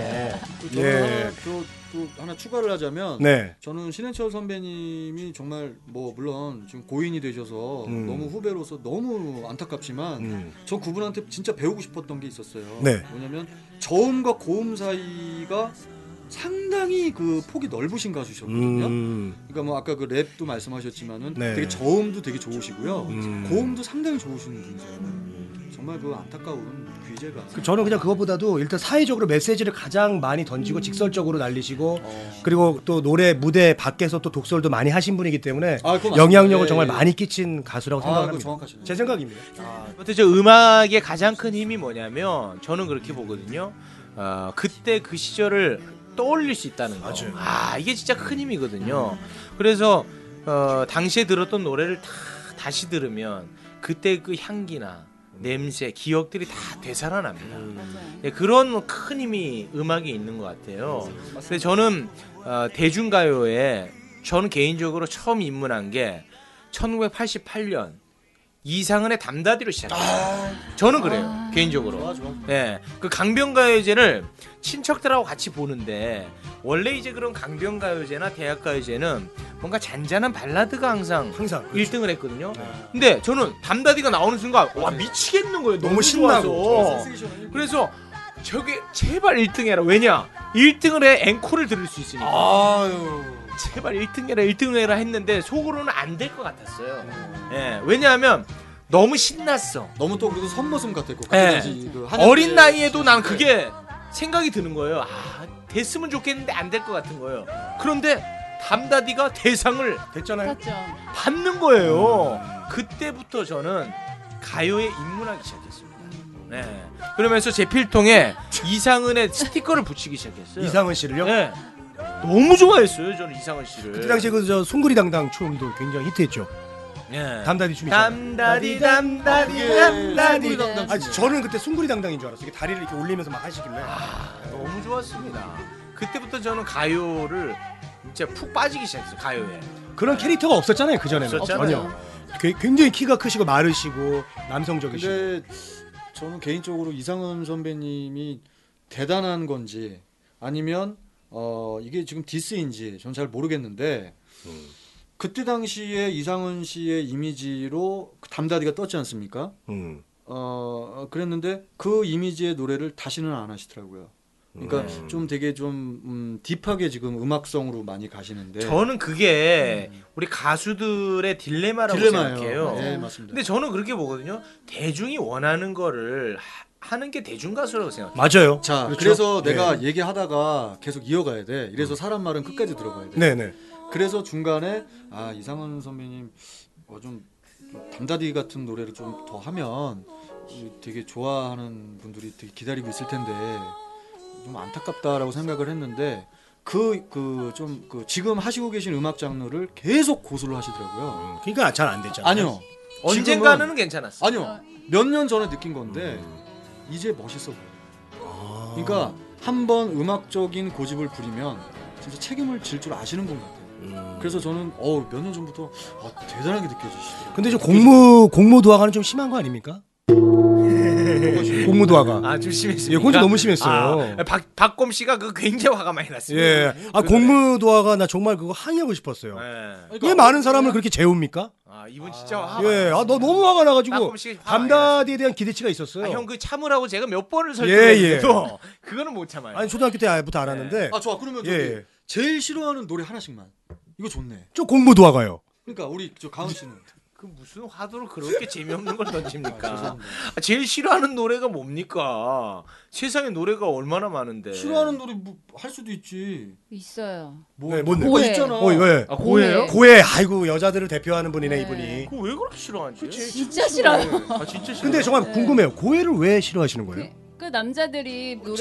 Speaker 5: 저는
Speaker 2: 예.
Speaker 5: 하나 또, 또 하나 추가를 하자면
Speaker 2: 네.
Speaker 5: 저는 신해철 선배님이 정말 뭐 물론 지금 고인이 되셔서
Speaker 2: 음.
Speaker 5: 너무 후배로서 너무 안타깝지만
Speaker 2: 음.
Speaker 5: 전 그분한테 진짜 배우고 싶었던 게 있었어요.
Speaker 2: 네.
Speaker 5: 뭐냐면 저음과 고음 사이가 상당히 그 폭이 넓으신 가수셨거든요.
Speaker 2: 음.
Speaker 5: 그러니까 뭐 아까 그 랩도 말씀하셨지만은
Speaker 2: 네.
Speaker 5: 되게 저음도 되게 좋으시고요.
Speaker 2: 음.
Speaker 5: 고음도 상당히 좋으신 분이세요. 정말 그 안타까운 귀재가.
Speaker 2: 그 저는 그냥 그것보다도 일단 사회적으로 메시지를 가장 많이 던지고
Speaker 5: 음.
Speaker 2: 직설적으로 날리시고
Speaker 5: 어.
Speaker 2: 그리고 또 노래 무대 밖에서 또 독설도 많이 하신 분이기 때문에
Speaker 5: 아, 그건
Speaker 2: 영향력을
Speaker 5: 맞습니다.
Speaker 2: 정말
Speaker 5: 예, 예.
Speaker 2: 많이 끼친 가수라고
Speaker 5: 아,
Speaker 2: 생각합니다.
Speaker 5: 그거 정확하시네요.
Speaker 2: 제 생각입니다.
Speaker 4: 아무튼 저 음악의 가장 큰 힘이 뭐냐면 저는 그렇게 보거든요. 어, 그때 그 시절을 떠올릴 수 있다는 거.
Speaker 2: 맞아요.
Speaker 4: 아, 이게 진짜 큰 힘이거든요. 그래서 어, 당시에 들었던 노래를 다 다시 들으면 그때 그 향기나 냄새, 기억들이 다 되살아납니다.
Speaker 5: 음.
Speaker 2: 음.
Speaker 3: 맞아요.
Speaker 4: 네, 그런 큰 힘이 음악이 있는 것 같아요. 근데 저는 어, 대중가요에 저는 개인적으로 처음 입문한 게 1988년 이상은의 담다디로 시작했어요. 저는 그래요, 개인적으로. 예, 그 강변가요제를 친척들하고 같이 보는데 원래 이제 그런 강변가요제나 대학가요제는 뭔가 잔잔한 발라드가 항상
Speaker 2: 항상
Speaker 4: 1등을 했거든요. 근데 저는 담다디가 나오는 순간 와
Speaker 2: 네.
Speaker 4: 미치겠는 거예요. 너무, 신나서. 그래서 저게 제발 1등 해라. 왜냐? 1등을 해 앵콜을 들을 수 있으니까.
Speaker 5: 어.
Speaker 4: 어.
Speaker 5: 아유.
Speaker 4: 제발 1등 해라 1등 해라 했는데 속으로는 안 될 것 같았어요. 예. 왜냐하면 너무 신났어.
Speaker 5: 너무 또 그리고 선머슴 같았고
Speaker 2: 네.
Speaker 4: 예.
Speaker 5: 그때 당시 그 한양대
Speaker 4: 어린 나이에도 난 그게 생각이 드는 거예요. 아, 됐으면 좋겠는데 안 될 것 같은 거예요. 그런데 담다디가 대상을
Speaker 2: 됐잖아요.
Speaker 3: 맞죠.
Speaker 4: 받는 거예요. 그때부터 저는 가요에 입문하기 시작했습니다. 네. 그러면서 제 필통에 이상은의 스티커를 붙이기 시작했어요.
Speaker 2: 이상은 씨를요.
Speaker 4: 네. 너무 좋아했어요, 저는 이상은 씨를.
Speaker 2: 그때 당시에 그저 송그리 당당 춤도 굉장히 히트했죠.
Speaker 5: 네.
Speaker 4: 예.
Speaker 2: 담다디 춤이.
Speaker 4: 담다디 담다디
Speaker 2: 네.
Speaker 5: 예.
Speaker 4: 담다디.
Speaker 5: 송구리 담당
Speaker 2: 아 저는 그때 송그리 당당인 줄 알았어요. 이게 다리를 이렇게 올리면서 막 하시길래.
Speaker 5: 아.
Speaker 4: 아, 너무 좋았습니다. 그때부터 저는 가요를 진짜 푹 빠지기 시작했어요, 가요에.
Speaker 2: 그런 캐릭터가 없었잖아요 그 전에는
Speaker 4: 없었잖아요.
Speaker 2: 전혀 괴- 굉장히 키가 크시고 마르시고 남성적이시고
Speaker 5: 근데 저는 개인적으로 이상은 선배님이 대단한 건지 아니면 어 이게 지금 디스인지 저는 잘 모르겠는데 그때 당시에 이상은 씨의 이미지로 그 담다디가 떴지 않습니까?
Speaker 2: 음.
Speaker 5: 어 그랬는데 그 이미지의 노래를 다시는 안 하시더라고요. 그러니까 좀 되게 좀 음, 딥하게 지금 음악성으로 많이 가시는데
Speaker 2: 네.
Speaker 4: 저는 그게 우리 가수들의 딜레마라고 생각해요.
Speaker 5: 네, 맞습니다.
Speaker 4: 근데 저는 그렇게 보거든요. 대중이 원하는 거를 하, 하는 게 대중 가수라고 생각해요.
Speaker 2: 맞아요
Speaker 5: 자,
Speaker 2: 그렇죠?
Speaker 5: 그래서
Speaker 2: 네.
Speaker 5: 내가 얘기하다가 계속 이어가야 돼. 이래서 사람 말은 끝까지 들어가야 돼.
Speaker 2: 네네
Speaker 5: 그래서 중간에 아 이상은 선배님 어, 좀, 좀 담다디 같은 노래를 좀 더 하면 이 되게 좋아하는 분들이 되게 기다리고 있을 텐데 좀 안타깝다라고 생각을 했는데 그 그 좀 그 지금 하시고 계신 음악 장르를 계속 고수를 하시더라고요.
Speaker 2: 그러니까 잘 안 됐잖아요
Speaker 5: 아니요.
Speaker 4: 언젠가는 괜찮았어.
Speaker 5: 아니요. 몇 년 전에 느낀 건데 이제 멋있어 보여. 그러니까
Speaker 2: 아.
Speaker 5: 한 번 음악적인 고집을 부리면 진짜 책임을 질 줄 아시는 분 같아요.
Speaker 2: 음.
Speaker 5: 그래서 저는 어몇 년 전부터 아, 대단하게 느껴지시더라고요.
Speaker 2: 근데 좀 공무 공무 도화가는 좀 심한 거 아닙니까 공무 도화가
Speaker 4: 아, 좀 심했어요.
Speaker 2: 예, 혼자 너무 심했어요.
Speaker 4: 아, 박 박곰 씨가 그 굉장히 화가 많이 났습니다.
Speaker 2: 예. 아
Speaker 4: 그
Speaker 2: 공무 도화가 나 정말 그거 항의하고 싶었어요.
Speaker 4: 예.
Speaker 5: 그러니까
Speaker 2: 왜 많은 사람을 그렇게 재웁니까?
Speaker 4: 아, 이분 진짜 화.
Speaker 2: 예. 아, 너 너무 화가 나가지고
Speaker 4: 가끔씩 화가 많이
Speaker 2: 감다디에 대한 기대치가 있었어요.
Speaker 4: 아,
Speaker 2: 아,
Speaker 4: 형그 참으라고 제가 몇 번을
Speaker 2: 예, 예.
Speaker 4: 설득했는데도 [laughs] 그거는 못 참아요.
Speaker 2: 니 초등학교 때부터 알았는데
Speaker 5: 아 좋아 그러면 저기
Speaker 2: 예.
Speaker 5: 제일 싫어하는 노래 하나씩만 이거 좋네.
Speaker 2: 저 공무 도화가요.
Speaker 5: 그러니까 우리 저 가은 씨는
Speaker 4: 그 무슨 화두로 그렇게 재미없는 걸 던집니까? 아, 제일 싫어하는 노래가 뭡니까? 세상에 노래가 얼마나
Speaker 2: 네.
Speaker 4: 많은데.
Speaker 5: 싫어하는 노래 뭐 할 수도 있지.
Speaker 3: 있어요.
Speaker 5: 뭐
Speaker 2: 네, 뭔데?
Speaker 5: 그거
Speaker 3: 고해.
Speaker 5: 있잖아.
Speaker 2: 어, 이거 예.
Speaker 4: 아, 고예요?
Speaker 2: 고해. 아이고 여자들을 대표하는 분이네
Speaker 3: 네.
Speaker 2: 이분이.
Speaker 4: 그거 왜 그렇게 싫어하지?
Speaker 3: 진짜 싫어요.
Speaker 4: 아 진짜 싫어.
Speaker 2: 근데 정말 궁금해요. 고해를 왜 싫어하시는 거예요?
Speaker 3: 그,
Speaker 4: 네.
Speaker 3: 그 남자들이 노래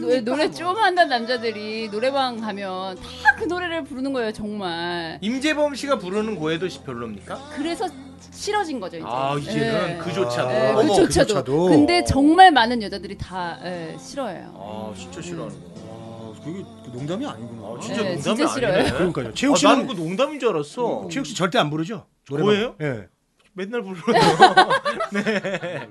Speaker 3: 노래,
Speaker 5: 아,
Speaker 3: 노래 좀 한다는 남자들이 노래방 가면 다 그 노래를 부르는 거예요 정말.
Speaker 4: 임재범 씨가 부르는 고해도 시- 별로입니까?
Speaker 3: 그래서 싫어진 거죠 이제.
Speaker 4: 아 이제는
Speaker 3: 예.
Speaker 4: 그조차도.
Speaker 3: 예,
Speaker 2: 어머,
Speaker 3: 그조차도.
Speaker 2: 그조차도.
Speaker 3: 근데 정말 많은 여자들이 다 예, 싫어해요.
Speaker 4: 아 진짜 싫어하는구나.
Speaker 5: 아 그게 농담이 아니구나.
Speaker 4: 아, 진짜
Speaker 3: 네,
Speaker 4: 농담이
Speaker 3: 진짜 싫어요.
Speaker 4: 아니네.
Speaker 2: 그러니까요.
Speaker 4: 아,
Speaker 2: 최욱 씨는 음.
Speaker 4: 나는 그 농담인 줄 알았어.
Speaker 2: 최욱 씨 절대 안 부르죠.
Speaker 4: 고해요?
Speaker 2: 예.
Speaker 4: 맨날 불러요. 네.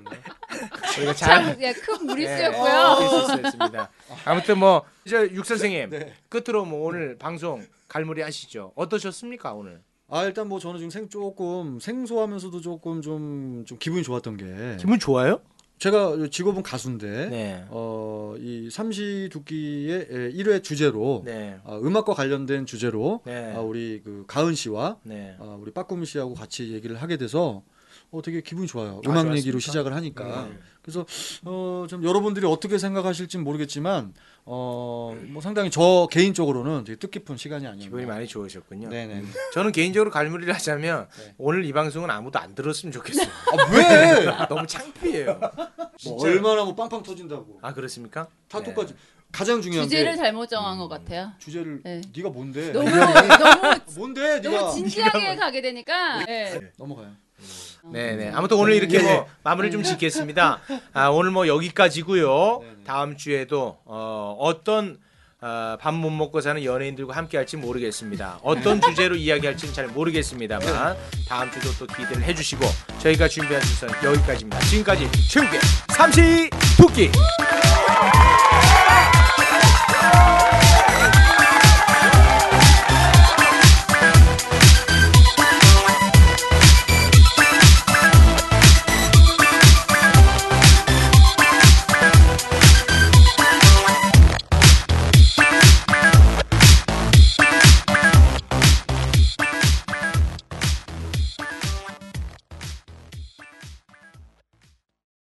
Speaker 4: 저희가 잘
Speaker 3: 참, 예, 큰
Speaker 4: 네,
Speaker 3: 무리수였고요.
Speaker 4: 무리수였습니다. 아무튼 뭐 이제
Speaker 5: 네,
Speaker 4: 육 선생님 끝으로 뭐 오늘 방송 갈무리 하시죠. 어떠셨습니까 오늘?
Speaker 5: 아 일단 뭐 저는 지금 생 조금 생소하면서도 조금 좀, 좀 기분이 좋았던 게
Speaker 4: 네. 기분 좋아요?
Speaker 5: 제가 직업은 가수인데
Speaker 4: 네.
Speaker 5: 어, 이 삼시 두끼의 1회 주제로
Speaker 4: 네.
Speaker 5: 아, 음악과 관련된 주제로
Speaker 4: 네.
Speaker 5: 아, 우리 그 가은 씨와
Speaker 4: 네.
Speaker 5: 아, 우리 빠꾸미 씨하고 같이 얘기를 하게 돼서 어, 되게 기분이 좋아요.
Speaker 4: 아,
Speaker 5: 음악
Speaker 4: 좋았습니까? 네.
Speaker 5: 얘기로 시작을 하니까. 그래서 어, 좀 여러분들이 어떻게 생각하실지 모르겠지만 어, 뭐 상당히 저 개인적으로는 되게 뜻깊은 시간이
Speaker 4: 기분이
Speaker 5: 아니었나.
Speaker 4: 많이 좋으셨군요.
Speaker 5: 네네.
Speaker 4: 저는 개인적으로 갈무리를 하자면 오늘 이 방송은 아무도 안 들었으면 좋겠어요. [laughs]
Speaker 5: 아, 왜?
Speaker 4: 너무 창피해요.
Speaker 5: 뭐 얼마나 뭐 빵빵 터진다고.
Speaker 4: 아 그렇습니까?
Speaker 5: 다
Speaker 4: 네.
Speaker 5: 똑같이 가장 중요한
Speaker 3: 주제를
Speaker 5: 게
Speaker 3: 잘못 정한 것 같아요.
Speaker 5: 주제를
Speaker 3: 네.
Speaker 5: 네가 뭔데?
Speaker 3: 너무 [laughs] 너무
Speaker 5: 뭔데 네가
Speaker 3: 어, 너무 진지하게 가게 되니까. 예.
Speaker 5: 넘어가요.
Speaker 4: 음. 네네. 아무튼 오늘 이렇게 뭐 마무리 좀 짓겠습니다. 아, 오늘 뭐 여기까지고요. 다음 주에도 어, 어떤 밥 못 먹고 사는 연예인들과 함께할지 모르겠습니다. 어떤 주제로 이야기할지는 잘 모르겠습니다만 다음 주도 또 기대를 해주시고 저희가 준비한 순서 여기까지입니다. 지금까지 최욱의 삼시 토끼.